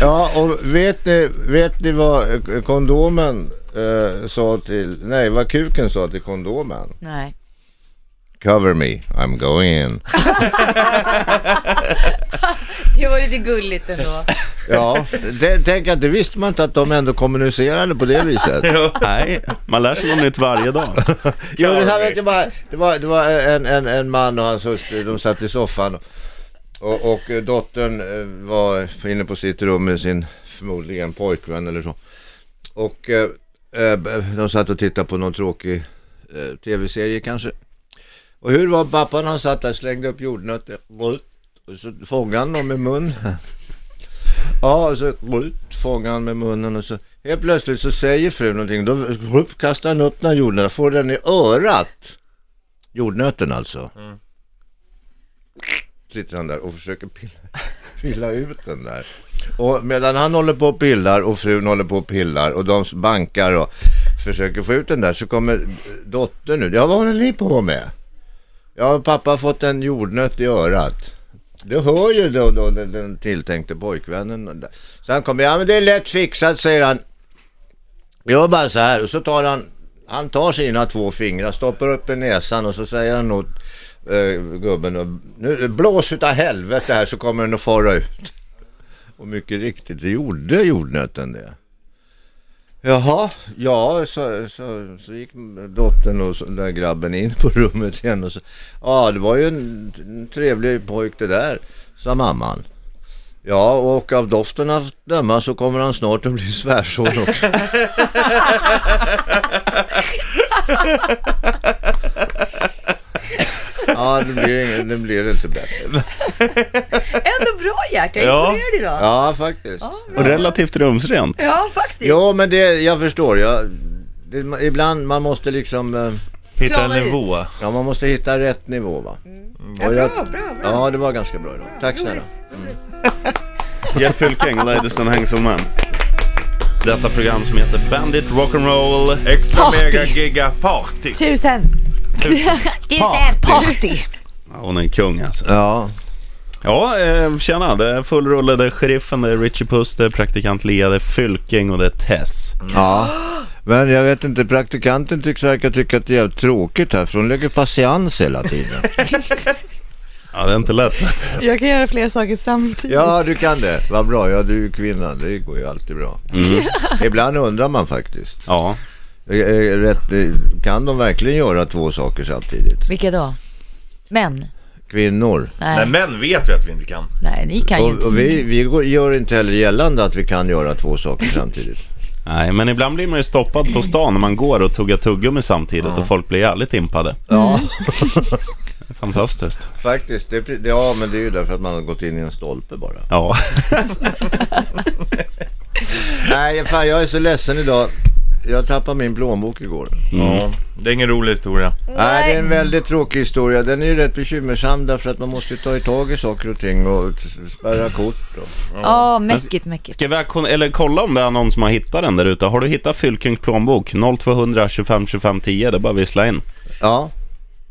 Speaker 5: Ja, och vet ni, vet ni vad eh, kondomen eh, sa till, nej vad kuken sa till kondomen?
Speaker 3: Nej.
Speaker 5: Cover me, I'm going in.
Speaker 3: Det var lite gulligt ändå.
Speaker 5: Ja, det, tänk att det visste man inte att de ändå kommunicerade på det viset.
Speaker 1: Nej, man lär sig något nytt varje dag.
Speaker 5: Jo, det, här vet jag bara, det var, det var en, en, en man och hans hustru, de satt i soffan och, och eh, dottern eh, var inne på sitt rum med sin förmodligen pojkvän eller så. Och eh, eh, de satt och tittade på någon tråkig eh, tv-serie kanske. Och hur var pappan? Han satt där, slängde upp jordnötter, rut, och så fångade han dem med munnen. Ja, och så rut, fångade han med munnen och så helt plötsligt så säger frun någonting. Då rup, kastar han upp den här jordnöten, får den i örat. Jordnöten alltså. Sitter han där och försöker pilla, [LAUGHS] pilla ut den där. Och medan han håller på och pillar och frun håller på och pillar och de bankar och försöker få ut den där så kommer dottern nu. Ja, vad håller ni på med? Ja, pappa har fått en jordnöt i örat. Det hör ju då, då den, den tilltänkte pojkvännen. och där. Så han kommer, ja men det är lätt fixat säger han. Gör bara så här och så tar han, han tar sina två fingrar, stoppar upp i näsan och så säger han åt eh, gubben, och, nu blås utav helvete här så kommer den att fara ut. Och mycket riktigt, det gjorde jordnöten det. Jaha, ja, så, så, så gick dottern och så, den där grabben in på rummet igen och så, ja det var ju en, en trevlig pojk det där, sa mamman. Ja, och av doften att döma så kommer han snart att bli [LAUGHS] svärson också. ja, det blir, ingen, det blir inte bättre.
Speaker 3: [LAUGHS] Ändå bra Gert, jag är
Speaker 2: Ja.
Speaker 3: imponerad idag. Ja.
Speaker 5: Ja, faktiskt.
Speaker 1: Och relativt rumsrent.
Speaker 3: faktiskt.
Speaker 5: Jo, men det, jag förstår. Jag, det, ibland man måste liksom... eh,
Speaker 2: Hitta en
Speaker 3: Klara ut.
Speaker 2: nivå.
Speaker 5: Ja, man måste hitta rätt nivå va?
Speaker 3: Mm. Ja,
Speaker 5: Och
Speaker 3: bra,
Speaker 5: jag-
Speaker 3: bra, bra.
Speaker 5: Ja, det var ganska bra idag. Tack snälla.
Speaker 3: Roligt.
Speaker 1: Gert Fylking, Ladies and Hengselman. Detta program som heter Bandit Rock'n'Roll.
Speaker 2: Extra
Speaker 9: Party.
Speaker 2: mega giga party.
Speaker 3: Tusen. [LAUGHS] Tusen.
Speaker 9: Party!
Speaker 1: Ja, Hon är en kung alltså.
Speaker 5: Ja,
Speaker 1: Ja, eh, tjena. Det är full rulle. Det är sheriffen, det är Richie Puss, det är praktikant Lea, det är Fylking och det är Tess.
Speaker 5: ja. Men jag vet inte, praktikanten tycks verka tycka att det är jävligt tråkigt här för hon lägger patiens
Speaker 3: [LAUGHS]
Speaker 5: hela tiden.
Speaker 1: Ja, det är inte lätt vet du.
Speaker 9: Jag kan göra fler saker samtidigt.
Speaker 5: Ja, du kan det. Vad bra. Ja, du är ju kvinna. Det går ju alltid bra.
Speaker 3: Mm.
Speaker 5: [LAUGHS] Ibland undrar man faktiskt.
Speaker 1: Ja.
Speaker 5: Eh, eh, Rätt, eh, kan de verkligen göra två saker samtidigt?
Speaker 3: Vilka då? Män?
Speaker 5: Kvinnor.
Speaker 3: Nej,
Speaker 2: Nej, män vet vi att vi inte kan.
Speaker 3: nej ni kan ju inte
Speaker 5: Och,
Speaker 3: så
Speaker 5: och vi,
Speaker 3: mycket.
Speaker 5: vi går- gör inte heller gällande att vi kan göra två saker samtidigt.
Speaker 1: Nej, men ibland blir man ju stoppad på stan när man går och tuggar tuggummi samtidigt och folk blir jävligt impade.
Speaker 5: Ja.
Speaker 1: [LAUGHS] Fantastiskt.
Speaker 5: Faktiskt, det, är pre- ja men det är ju därför att man har gått in i en stolpe bara.
Speaker 1: Ja.
Speaker 5: Nej fan jag är så ledsen idag. Jag tappade min plånbok igår.
Speaker 2: Ja, det är ingen rolig historia.
Speaker 5: Nej det är Mm. en väldigt tråkig historia. Den är ju rätt bekymmersam därför att man måste ju ta i tag i saker och ting och t- spärra kort. Och...
Speaker 3: Ja, mäckigt, mäckigt.
Speaker 1: Ska vi aktion- eller kolla om det är någon som har hittat den där ute? Har du hittat Fylkings plånbok? 0200 25 25 10, det är bara att vissla in.
Speaker 5: Ja.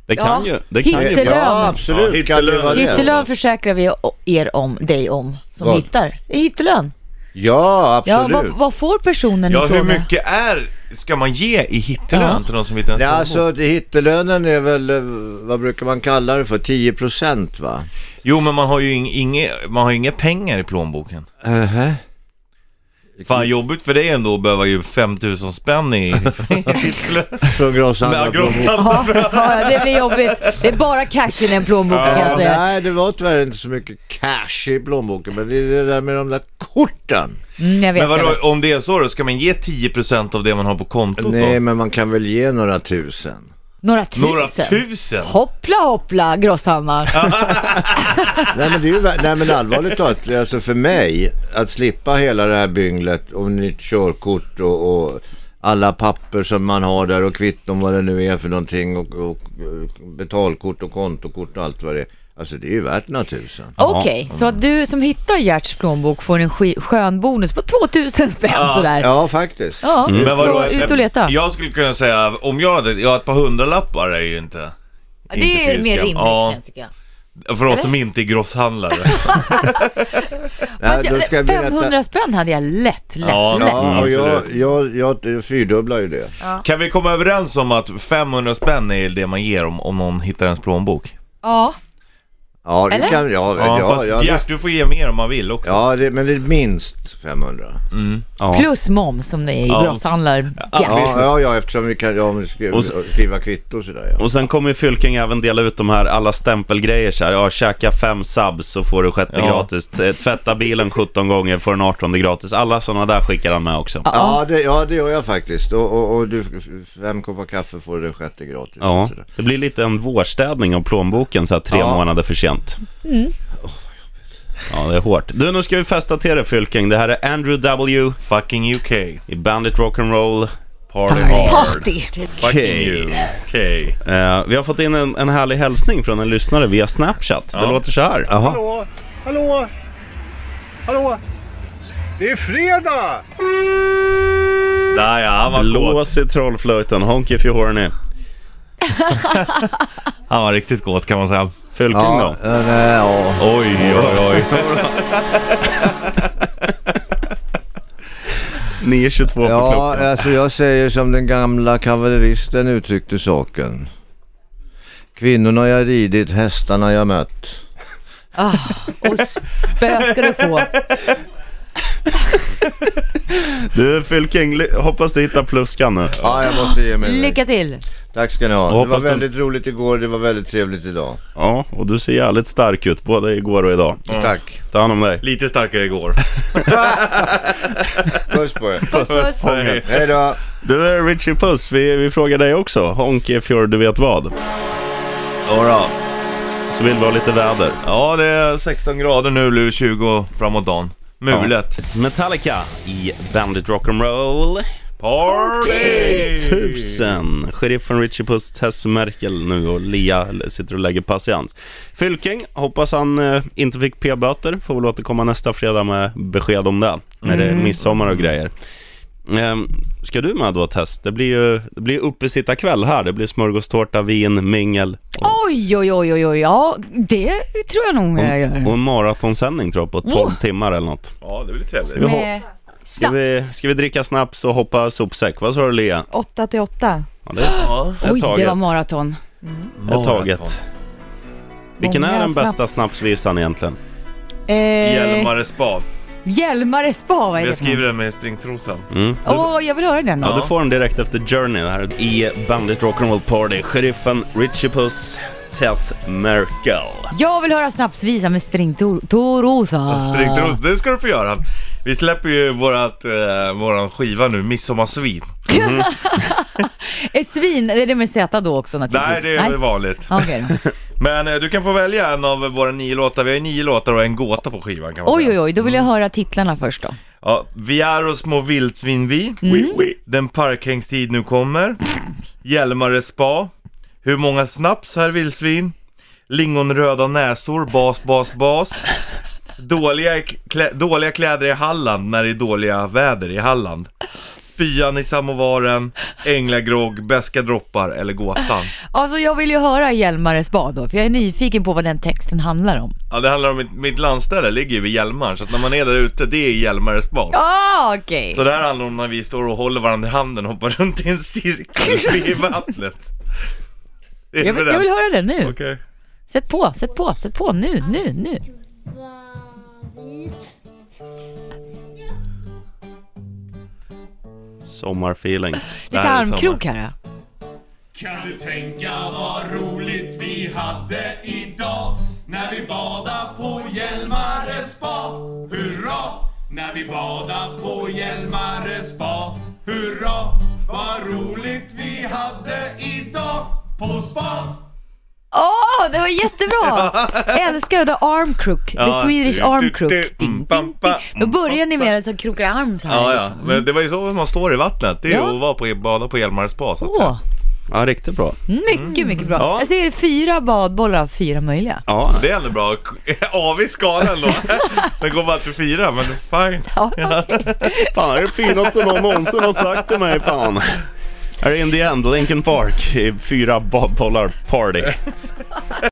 Speaker 1: Det kan
Speaker 3: Ja.
Speaker 1: ju, det kan ju
Speaker 3: Hittelön.
Speaker 1: vara.
Speaker 5: ja,
Speaker 2: Ja,
Speaker 5: absolut. kan
Speaker 2: hittelön.
Speaker 5: det vara det?
Speaker 3: Hittelön försäkrar vi o- er om, dig om, som
Speaker 5: Vad?
Speaker 3: hittar. Hittelön.
Speaker 5: Ja,
Speaker 3: Ja, vad,
Speaker 5: absolut.
Speaker 3: vad får personen
Speaker 2: Ja,
Speaker 3: i
Speaker 2: hur
Speaker 3: fråga?
Speaker 2: mycket är, ska man ge i hittelön
Speaker 3: Ja.
Speaker 2: till någon som hittar en
Speaker 5: Ja,
Speaker 2: plånbok?
Speaker 5: alltså det- hittelönen är väl, eh, vad brukar man kalla det för, 10 procent va?
Speaker 2: Jo, men man har ju ing- inge, man har ju inga pengar i plånboken.
Speaker 5: uh
Speaker 2: Fan, jobbigt för dig ändå att behöva ge 5000 spänn i [LAUGHS] hittelön.
Speaker 5: Från grosshandlarplånboken.
Speaker 2: Grosshandlaren.
Speaker 3: [LAUGHS] Ja, det blir jobbigt. Det är bara cash i den plånboken kan jag säga.
Speaker 5: Nej, det var tyvärr inte så mycket cash i plånboken, men det är det där med de där korten.
Speaker 3: Mm, jag vet
Speaker 2: Men vadå,
Speaker 3: det.
Speaker 2: om det är så då, ska man ge 10% av det man har på kontot då?
Speaker 5: Nej, men man kan väl ge några tusen.
Speaker 3: Några tusen?
Speaker 2: Några tusen?
Speaker 3: Hoppla hoppla grosshammar.
Speaker 5: Nej men, det är ju, vä- nej men allvarligt talat, alltså för mig, att slippa hela det här bynglet och nytt körkort och, och alla papper som man har där och kvitton vad det nu är för någonting och, och eh, betalkort och kontokort och allt vad det är. Alltså det är ju värt några tusen.
Speaker 3: Okej, så att du som hittar Gerts plånbok får en sk- skön bonus på 2000 spänn sådär. Ja,
Speaker 5: Ja faktiskt.
Speaker 2: Mm.
Speaker 3: Mm.
Speaker 2: Men vadå,
Speaker 3: så ut och leta.
Speaker 2: Jag skulle kunna säga, om jag hade, ja ett par hundralappar är ju inte... inte
Speaker 3: det är
Speaker 2: fy
Speaker 3: mer
Speaker 2: skam.
Speaker 3: rimligt
Speaker 2: Ja,
Speaker 3: kan jag tycka.
Speaker 2: för oss som inte är
Speaker 3: [LAUGHS]
Speaker 2: grosshandlare.
Speaker 5: Nej,
Speaker 3: Fast jag-
Speaker 5: då ska jag berätta-
Speaker 3: 500 spänn hade jag lätt, lätt,
Speaker 2: Ja,
Speaker 3: lätt.
Speaker 5: Ja, och jag,
Speaker 2: Absolut.
Speaker 5: jag, jag, jag fyrdubblar ju det.
Speaker 2: Kan vi komma överens om att 500 spänn är det man ger om, om någon hittar ens plånbok?
Speaker 3: Ja.
Speaker 5: Ja, det
Speaker 3: Eller?
Speaker 5: kan ja,
Speaker 2: Ja,
Speaker 5: ja,
Speaker 2: fast
Speaker 5: ja, ja,
Speaker 2: Gert, du får ge mer om man vill också.
Speaker 5: ja det, men det är minst 500.
Speaker 1: Ja.
Speaker 3: Plus moms som det är i
Speaker 2: Ja.
Speaker 3: grosshandlar. Ja.
Speaker 5: Ja, ja, ja eftersom vi kan ja, men skri-
Speaker 1: Och så-
Speaker 5: skriva kvitto och sådär ja.
Speaker 1: Och sen kommer ju Fylking även dela ut de här alla stämpelgrejer så här. Ja, käka fem subs så får du sjätte
Speaker 2: Ja.
Speaker 1: gratis. Eh, T- Tvätta bilen 17 gånger får den 18 gratis. Alla sådana där skickar han med också. Ja.
Speaker 5: Ja det, ja, det gör jag faktiskt. Och, och, och du, fem koppar kaffe får du den sjätte gratis. och sådär.
Speaker 1: det blir lite en vårstädning av plånboken så här tre
Speaker 5: Ja.
Speaker 1: månader för sent. Ja, det är hårt. Du, nu ska vi festa till det Fylking. Det här är Andrew W
Speaker 2: Fucking UK.
Speaker 1: i Bandit Rock'n'Roll.
Speaker 2: Party
Speaker 3: Party.
Speaker 2: hard.
Speaker 1: Okej.
Speaker 2: Fucking UK.
Speaker 1: Eh, vi har fått in en, en härlig hälsning från en lyssnare via Snapchat. Det
Speaker 2: Ja.
Speaker 1: låter så här.
Speaker 10: Hallå? Hallå? Hallå? Det är fredag!
Speaker 2: Där ja, han var kåt.
Speaker 1: Blås i trollflöjten, honk if you horny.
Speaker 2: Han var riktigt kåt kan man säga.
Speaker 1: Fylking
Speaker 5: Ja,
Speaker 1: då?
Speaker 5: eh, nej, ja.
Speaker 2: Oj, oj, oj.
Speaker 1: 9.22 på
Speaker 5: ja,
Speaker 1: klockan.
Speaker 5: alltså jag säger som den gamla kavalleristen uttryckte saken. Kvinnorna jag ridit, hästarna jag mött.
Speaker 3: Och spö ska du få.
Speaker 1: Du Fylking, ly- hoppas du hittar pluskan nu.
Speaker 5: Ja, jag måste ge mig iväg.
Speaker 3: Lycka till.
Speaker 5: Tack ska ni
Speaker 1: Och
Speaker 5: ha. Det var
Speaker 1: hoppas de-
Speaker 5: väldigt roligt igår, det var väldigt trevligt idag.
Speaker 1: Ja, och du ser jävligt stark ut både igår och idag.
Speaker 5: Tack.
Speaker 1: Ta hand om dig.
Speaker 2: Lite starkare igår.
Speaker 5: Puss på er.
Speaker 3: Puss puss.
Speaker 2: Hej.
Speaker 5: Hej då.
Speaker 1: Du är Richie Puss, vi, vi frågar dig också. Honk if you're du vet vad.
Speaker 2: Jodå.
Speaker 1: Så vill vi ha lite väder.
Speaker 2: Ja, det är 16 grader nu, blir det 20 framåt dagen. Mulet.
Speaker 1: Metallica i Bandit Rock'n'Roll.
Speaker 2: Party!
Speaker 1: Tusen! Sheriffen Richie Puss, Tess Merkel nu och Lia sitter och lägger patiens. Fylking, hoppas han eh, inte fick p-böter. Får väl återkomma nästa fredag med besked om det. När det är
Speaker 3: Mm.
Speaker 1: midsommar och grejer. Ehm, ska du med då Tess? Det blir ju det blir uppesittarkväll här. Det blir smörgåstårta, vin, mingel och,
Speaker 3: Oj, oj, oj, oj, oj, ja det tror jag nog jag gör.
Speaker 1: och en maratonsändning tror jag på 12 timmar eller något.
Speaker 2: Ja, det blir trevligt.
Speaker 1: vi ha-
Speaker 3: Med
Speaker 1: Ska vi,
Speaker 3: snaps.
Speaker 1: ska vi dricka snaps och hoppa sopsäck? Vad sa du Lia?
Speaker 9: 8 till 8.
Speaker 1: Ja, det,
Speaker 2: Ja.
Speaker 1: är
Speaker 3: Oj, det
Speaker 1: taget.
Speaker 3: var maraton.
Speaker 1: det är taget. Vilken är
Speaker 9: Många
Speaker 1: den bästa
Speaker 9: snaps.
Speaker 1: snapsvisan egentligen?
Speaker 3: Eh,
Speaker 2: Hjälmare spa.
Speaker 3: Hjälmare spa, vad är det
Speaker 2: Jag
Speaker 3: för något?
Speaker 2: skriver den med stringtrosan.
Speaker 1: Mm. Du-
Speaker 3: Åh, jag vill höra den.
Speaker 1: Ja, du
Speaker 2: Ja.
Speaker 1: får den direkt efter Journey här i Bandit Rock'n'Roll Party. Sheriffen Richie Puss, Tess Merkel.
Speaker 3: Jag vill höra snapsvisa med stringtorosa.
Speaker 2: Stringtros, det ska du få göra. Vi släpper ju vårat, eh, våran skiva nu, Midsommarsvin.
Speaker 3: Är svin, är det med Z då också
Speaker 2: Nej,
Speaker 3: naturligtvis?
Speaker 2: det är vanligt.
Speaker 3: Ja, okej då.
Speaker 2: Men eh, du kan få välja en av våra nio låtar. Vi har ju nio låtar och en gåta på skivan kan man
Speaker 3: Oj,
Speaker 2: säga.
Speaker 3: oj, oj, då vill jag höra titlarna först då.
Speaker 2: Ja, vi är och små vildsvin vi. Den parkhängstid nu kommer. Hjälmare spa. Hur många snaps herr vildsvin? Lingonröda näsor, bas, bas, bas. Dåliga, klä, dåliga kläder i Halland när det är dåliga väder i Halland. Spyan i samovaren, änglagrogg, beska droppar eller gåtan.
Speaker 3: Alltså jag vill ju höra Hjälmares bad då, för jag är nyfiken på vad den texten handlar om.
Speaker 2: Ja, det handlar om mitt, mitt landställe ligger ju vid Hjälmaren, så att när man är där ute, det är Hjälmares bad.
Speaker 3: Ah, okej.
Speaker 2: Så det här handlar om när vi står och håller varandra i handen och hoppar runt i en cirkel i vattnet. Det är
Speaker 3: Jag vill,
Speaker 2: med den.
Speaker 3: jag vill höra den nu.
Speaker 2: Okej.
Speaker 3: Sätt på, sätt på, sätt på nu, nu, nu.
Speaker 1: Sommarfeeling.
Speaker 2: Det
Speaker 3: Lite
Speaker 2: här är
Speaker 3: armkrok här. då.
Speaker 10: Kan du tänka vad roligt vi hade idag? När vi badade på Hjälmare spa, hurra! När vi badade på Hjälmare spa, hurra! Vad roligt vi hade idag! på spa.
Speaker 3: Åh, det
Speaker 2: [LAUGHS]
Speaker 3: var jättebra! Älskar The Arm Crook, The
Speaker 2: Ja.
Speaker 3: Swedish Arm Crook.
Speaker 2: Mm, pam, pam. Mm,
Speaker 3: Då börjar ni med den som krokar arm så här.
Speaker 2: Ja, ja. Men det var ju så man står i vattnet. Det är ju att vara på, bada på Hjälmare spa så att
Speaker 3: Åh,
Speaker 1: Ja, riktigt bra.
Speaker 3: mycket, mycket bra.
Speaker 2: Ja.
Speaker 3: Jag säger fyra badbollar av fyra möjliga.
Speaker 1: Ja.
Speaker 2: Det är ändå bra. [LAUGHS] Av i skalan då. Den går bara till fyra, men fine.
Speaker 1: Fan, det är det finaste någon någonsin har sagt till mig fan. Här är Indian, Linkin Park, i fyra badbollar party.